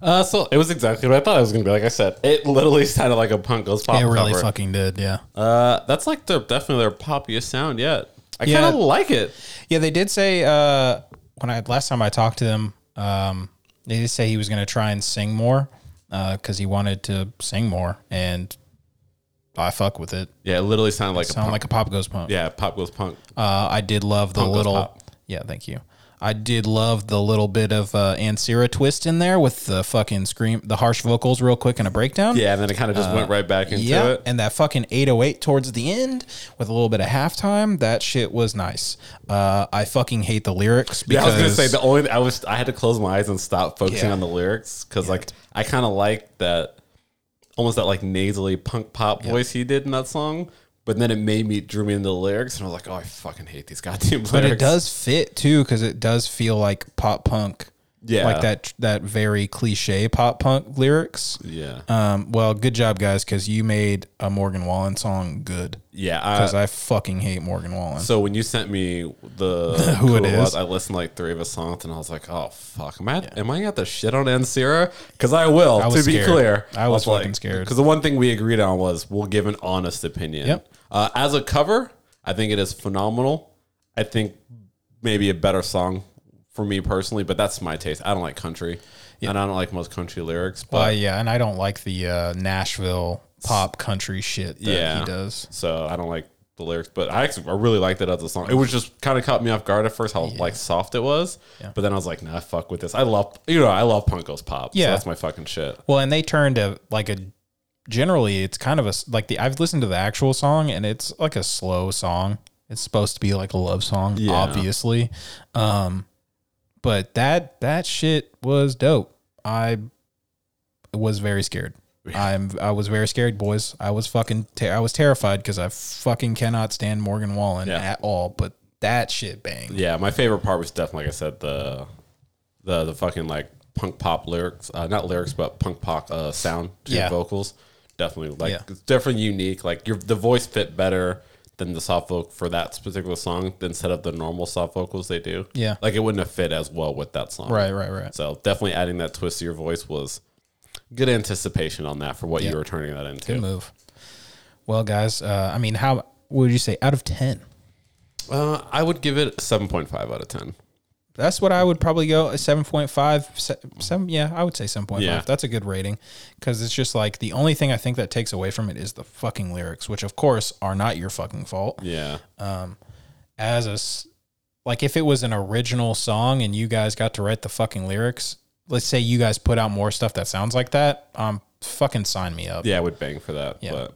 uh, so it was exactly what I thought it was gonna be. Like I said, it literally sounded like a punk goes pop. It really cover. fucking did, yeah. Uh, that's like their definitely their poppiest sound yet. I Yeah. kind of like it. Yeah, they did say uh, when I last time I talked to them, um, they did say he was going to try and sing more because he wanted to sing more, and I fuck with it. Yeah, it literally sounded like a Sound punk. like a pop goes punk. yeah, pop goes punk. Uh, I did love the Punk goes little. pop. Yeah, thank you. I did love the little bit of uh, Ansira twist in there with the fucking scream, the harsh vocals, real quick, and a breakdown. Yeah, and then it kind of just went right back into Uh, yeah, it. and that fucking 808 towards the end with a little bit of halftime. That shit was nice. Uh, I fucking hate the lyrics Yeah, I because was gonna say the only I was I had to close my eyes and stop focusing Yeah. on the lyrics because like I kind of like that almost that like nasally punk pop voice he did in that song, but then it made me drew me into the lyrics and I was like, oh, I fucking hate these goddamn lyrics. but it does fit too because it does feel like pop punk. Yeah. like that that very cliche pop punk lyrics. Yeah, Um, well, good job, guys, because you made a Morgan Wallen song good. yeah. Because I, I fucking hate Morgan Wallen. so when you sent me the Who it was, is. I listened to like three of his songs and I was like, oh fuck, am I am I gonna have to shit on Ansira? Because I will. was to be scared. clear, I was fucking scared. Because the one thing we agreed on was we'll give an honest opinion. Yep. Uh, as a cover, I think it is phenomenal. I think maybe a better song for me personally, but that's my taste. I don't like country, and I don't like most country lyrics. But Uh, yeah, and I don't like the uh, Nashville pop country shit that yeah, he does. So I don't like the lyrics, but I actually I really liked it as a song. It was just kind of caught me off guard at first how like soft it was, but then I was like, nah, fuck with this. I love you know I love punk goes pop. so Yeah. that's my fucking shit. Well, and they turned a like a generally it's kind of a s- like the I've listened to the actual song and it's like a slow song. It's supposed to be like a love song, Yeah. obviously. Um, but that that shit was dope. I was very scared. I'm I was very scared, boys. I was fucking ter- I was terrified because I fucking cannot stand Morgan Wallen Yeah. at all. But that shit bang. Yeah, my favorite part was definitely, like I said, the the the fucking like punk pop lyrics, uh, not lyrics, but punk pop uh, sound to Yeah. the vocals. Definitely, like Yeah. it's definitely unique. Like your the voice fit better than the soft vocal for that particular song instead of the normal soft vocals they do. Yeah. like it wouldn't have fit as well with that song. Right, right, right. So definitely adding that twist to your voice was good anticipation on that for what you were turning that into. Good move. Well, guys, uh, I mean, how would you say out of ten? Uh, I would give it seven point five out of ten. That's what I would probably go a 7.5 se- seven, yeah, I would say 7.5. Yeah. That's a good rating cuz it's just like the only thing I think that takes away from it is the fucking lyrics, which of course are not your fucking fault. Yeah, Uh, As a s- like if it was an original song and you guys got to write the fucking lyrics, let's say you guys put out more stuff that sounds like that, um fucking sign me up. Yeah, I would bang for that. But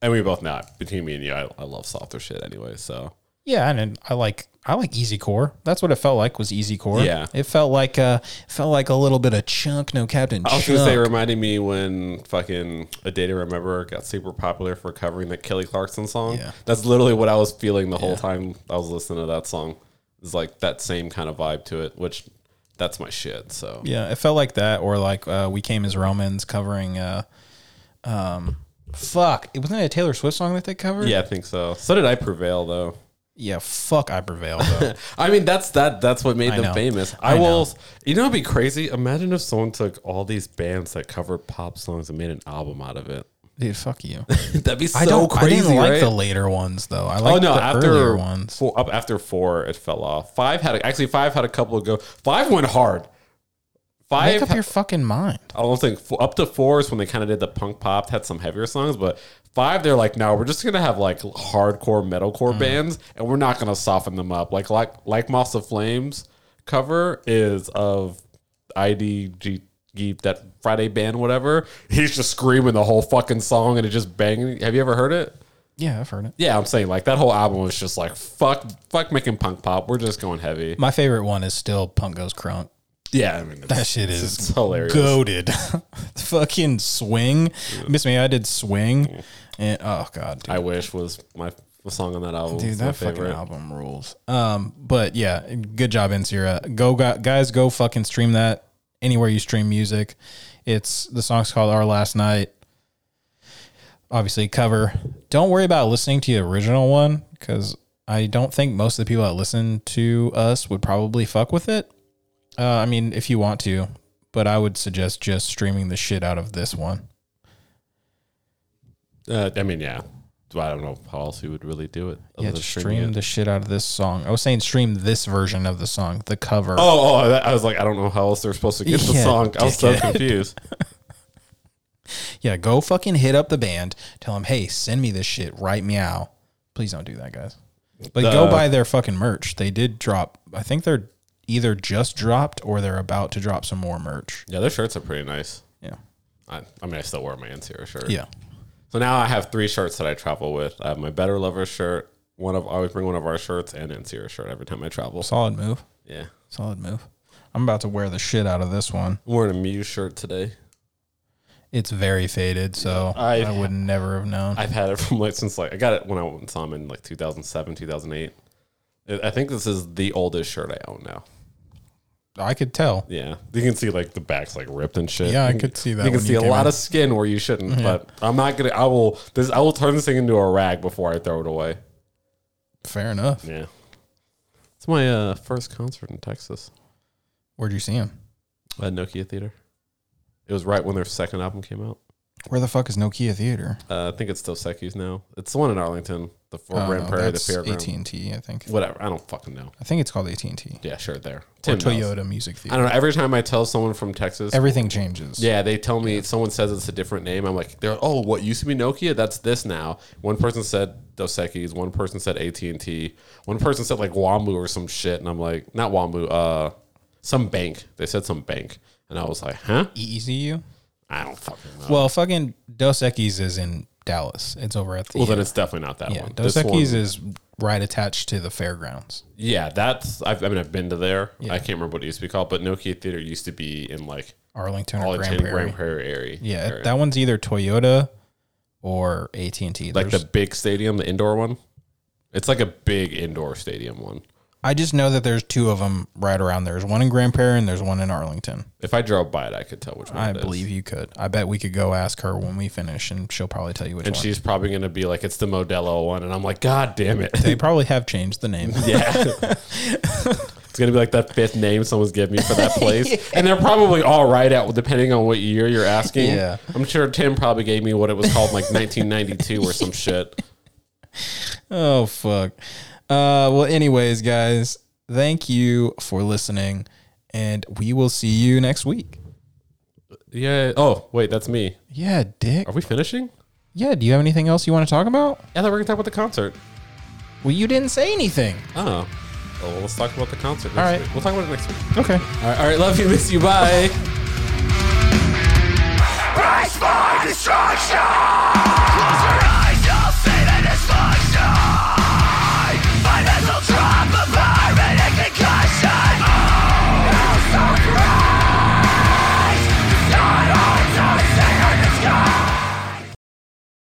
and we both know between me and you, I, I love softer shit anyway. So Yeah, and, and I like I like easy core. That's what it felt like was easy core. Yeah. it felt like uh felt like a little bit of chunk. No Captain I was Chunk. gonna say, it reminded me when fucking A Day to Remember got super popular for covering that Kelly Clarkson song. Yeah. That's literally what I was feeling the whole time I was listening to that song. It's like that same kind of vibe to it, which that's my shit. So yeah, it felt like that, or like uh, we came as Romans covering. uh um Fuck! It wasn't it a Taylor Swift song that they covered. yeah, I think so. So did I prevail though. yeah. Fuck! I prevail though. I mean, that's that. That's what made I them know. famous. I I, will. You know, it'd be crazy. Imagine if someone took all these bands that covered pop songs and made an album out of it. Dude, fuck you. That'd be so I don't. I crazy, didn't like right? the later ones though. I like oh no! the After earlier ones. four, up after four, it fell off. Five had a, actually five had a couple of go. Five went hard. Make Five. up your fucking mind. I don't think four, up to four is when they kind of did the punk pop, had some heavier songs, but five they're like, no, we're just gonna have like hardcore metalcore Mm-hmm. bands, and we're not gonna soften them up. Like like like Moss of Flames cover is of IDG that Friday band whatever. He's just screaming the whole fucking song and it just banging. Have you ever heard it? Yeah, I've heard it. Yeah, I'm saying like that whole album was just like fuck, fuck making punk pop. We're just going heavy. My favorite one is still Punk Goes Crunk. Yeah, I mean it's, That shit is it's hilarious. goaded. Fucking swing. Miss me, I did swing. And oh god, dude, I wish was my the song on that album. Dude, It's my that fucking album rules. Um, but yeah, good job, Insira. Go gu- guys, go fucking stream that anywhere you stream music. It's the song's called Our Last Night. Obviously, cover. Don't worry about listening to the original one because I don't think most of the people that listen to us would probably fuck with it. Uh, I mean, if you want to, but I would suggest just streaming the shit out of this one. Uh, I mean, yeah. Well, I don't know how else you would really do it. other Yeah, than just streaming stream it. the shit out of this song. I was saying stream this version of the song, the cover. Oh, oh, that- I was like, I don't know how else they're supposed to get the Yeah, song. I was so dickhead. confused. Yeah, go fucking hit up the band. Tell them, hey, send me this shit right meow. Please don't do that, guys. But go The- buy their fucking merch. They did drop. I think they're either just dropped or they're about to drop some more merch. Yeah, their shirts are pretty nice. Yeah. I, I mean, I still wear my Antira shirt. Yeah. So now I have three shirts that I travel with. I have my Better Lover shirt. One of I always bring one of our shirts and Antira shirt every time I travel. Solid move. Yeah, Solid move. I'm about to wear the shit out of this one. I'm wearing a Muse shirt today. It's very faded, so I, I've- would never have known. I've had it from like since like I got it when I went and saw him in like 2007, 2008. I I think this is the oldest shirt I own now. I could tell. Yeah, you can see like the back's like ripped and shit. Yeah, I You can- could see that You can when see you a came lot in. Mm-hmm. of skin where you shouldn't. But I'm not gonna. I will. This I will turn this thing into a rag before I throw it away. Fair enough. Yeah, it's my uh, first concert in Texas Where'd you see him? at Nokia Theater. It was right when their second album came out. Where the fuck is Nokia Theater? Uh, I think it's still Secchi's now. It's the one in Arlington, the Fort Oh, Grand no, Prairie, the that's fairground. AT&T, I think. Whatever. I don't fucking know. I think it's called AT&T. Yeah, sure. There. Or Tim knows. Toyota Music Theater. I don't know. Every time I tell someone from Texas, Everything changes. Yeah, they tell me someone says it's a different name. I'm like, they're oh, what used to be Nokia? That's this now. One person said Dos Equis, one person said AT and T, one person said like Wamu or some shit, and I'm like, not Wamu, uh, some bank. They said some bank, and I was like, huh? EECU? I don't fucking know. Well, fucking Dos Equis is in Dallas. It's over at the. Well, then it's definitely not that yeah, one. This Dos Equis one- is right attached to the fairgrounds. yeah, that's. I've, I mean, I've been to there. I can't remember what it used to be called, but Nokia Theater used to be in like Arlington or Arlington, Grand Prairie. Grand Prairie area. Yeah, area. that one's either Toyota or AT and T. like the big stadium, the indoor one. It's like a big indoor stadium one. I just know that there's two of them right around there. There's one in Grand Prairie and there's one in Arlington. If I drove by it, I could tell which one. I it is. believe you could. I bet we could go ask her when we finish, and she'll probably tell you which And one. she's probably going to be like, "It's the Modelo one," and I'm like, "God damn it!" they probably have changed the name. It's gonna be like that fifth name someone's given me for that place, and they're probably all right at depending on what year you're asking. Yeah. I'm sure Tim probably gave me what it was called in like 1992 or some shit. Oh fuck. Uh well anyways guys, thank you for listening and we will see you next week. Yeah. Oh wait, that's me. Yeah, dick. Are we finishing? Yeah, do you have anything else you want to talk about? I thought we were gonna talk about the concert. Well, you didn't say anything. Oh. Well, let's talk about the concert. Next All right. week. We'll talk about it next week. Okay. All right. All right. Love you. Miss you. Bye. Price for destruction!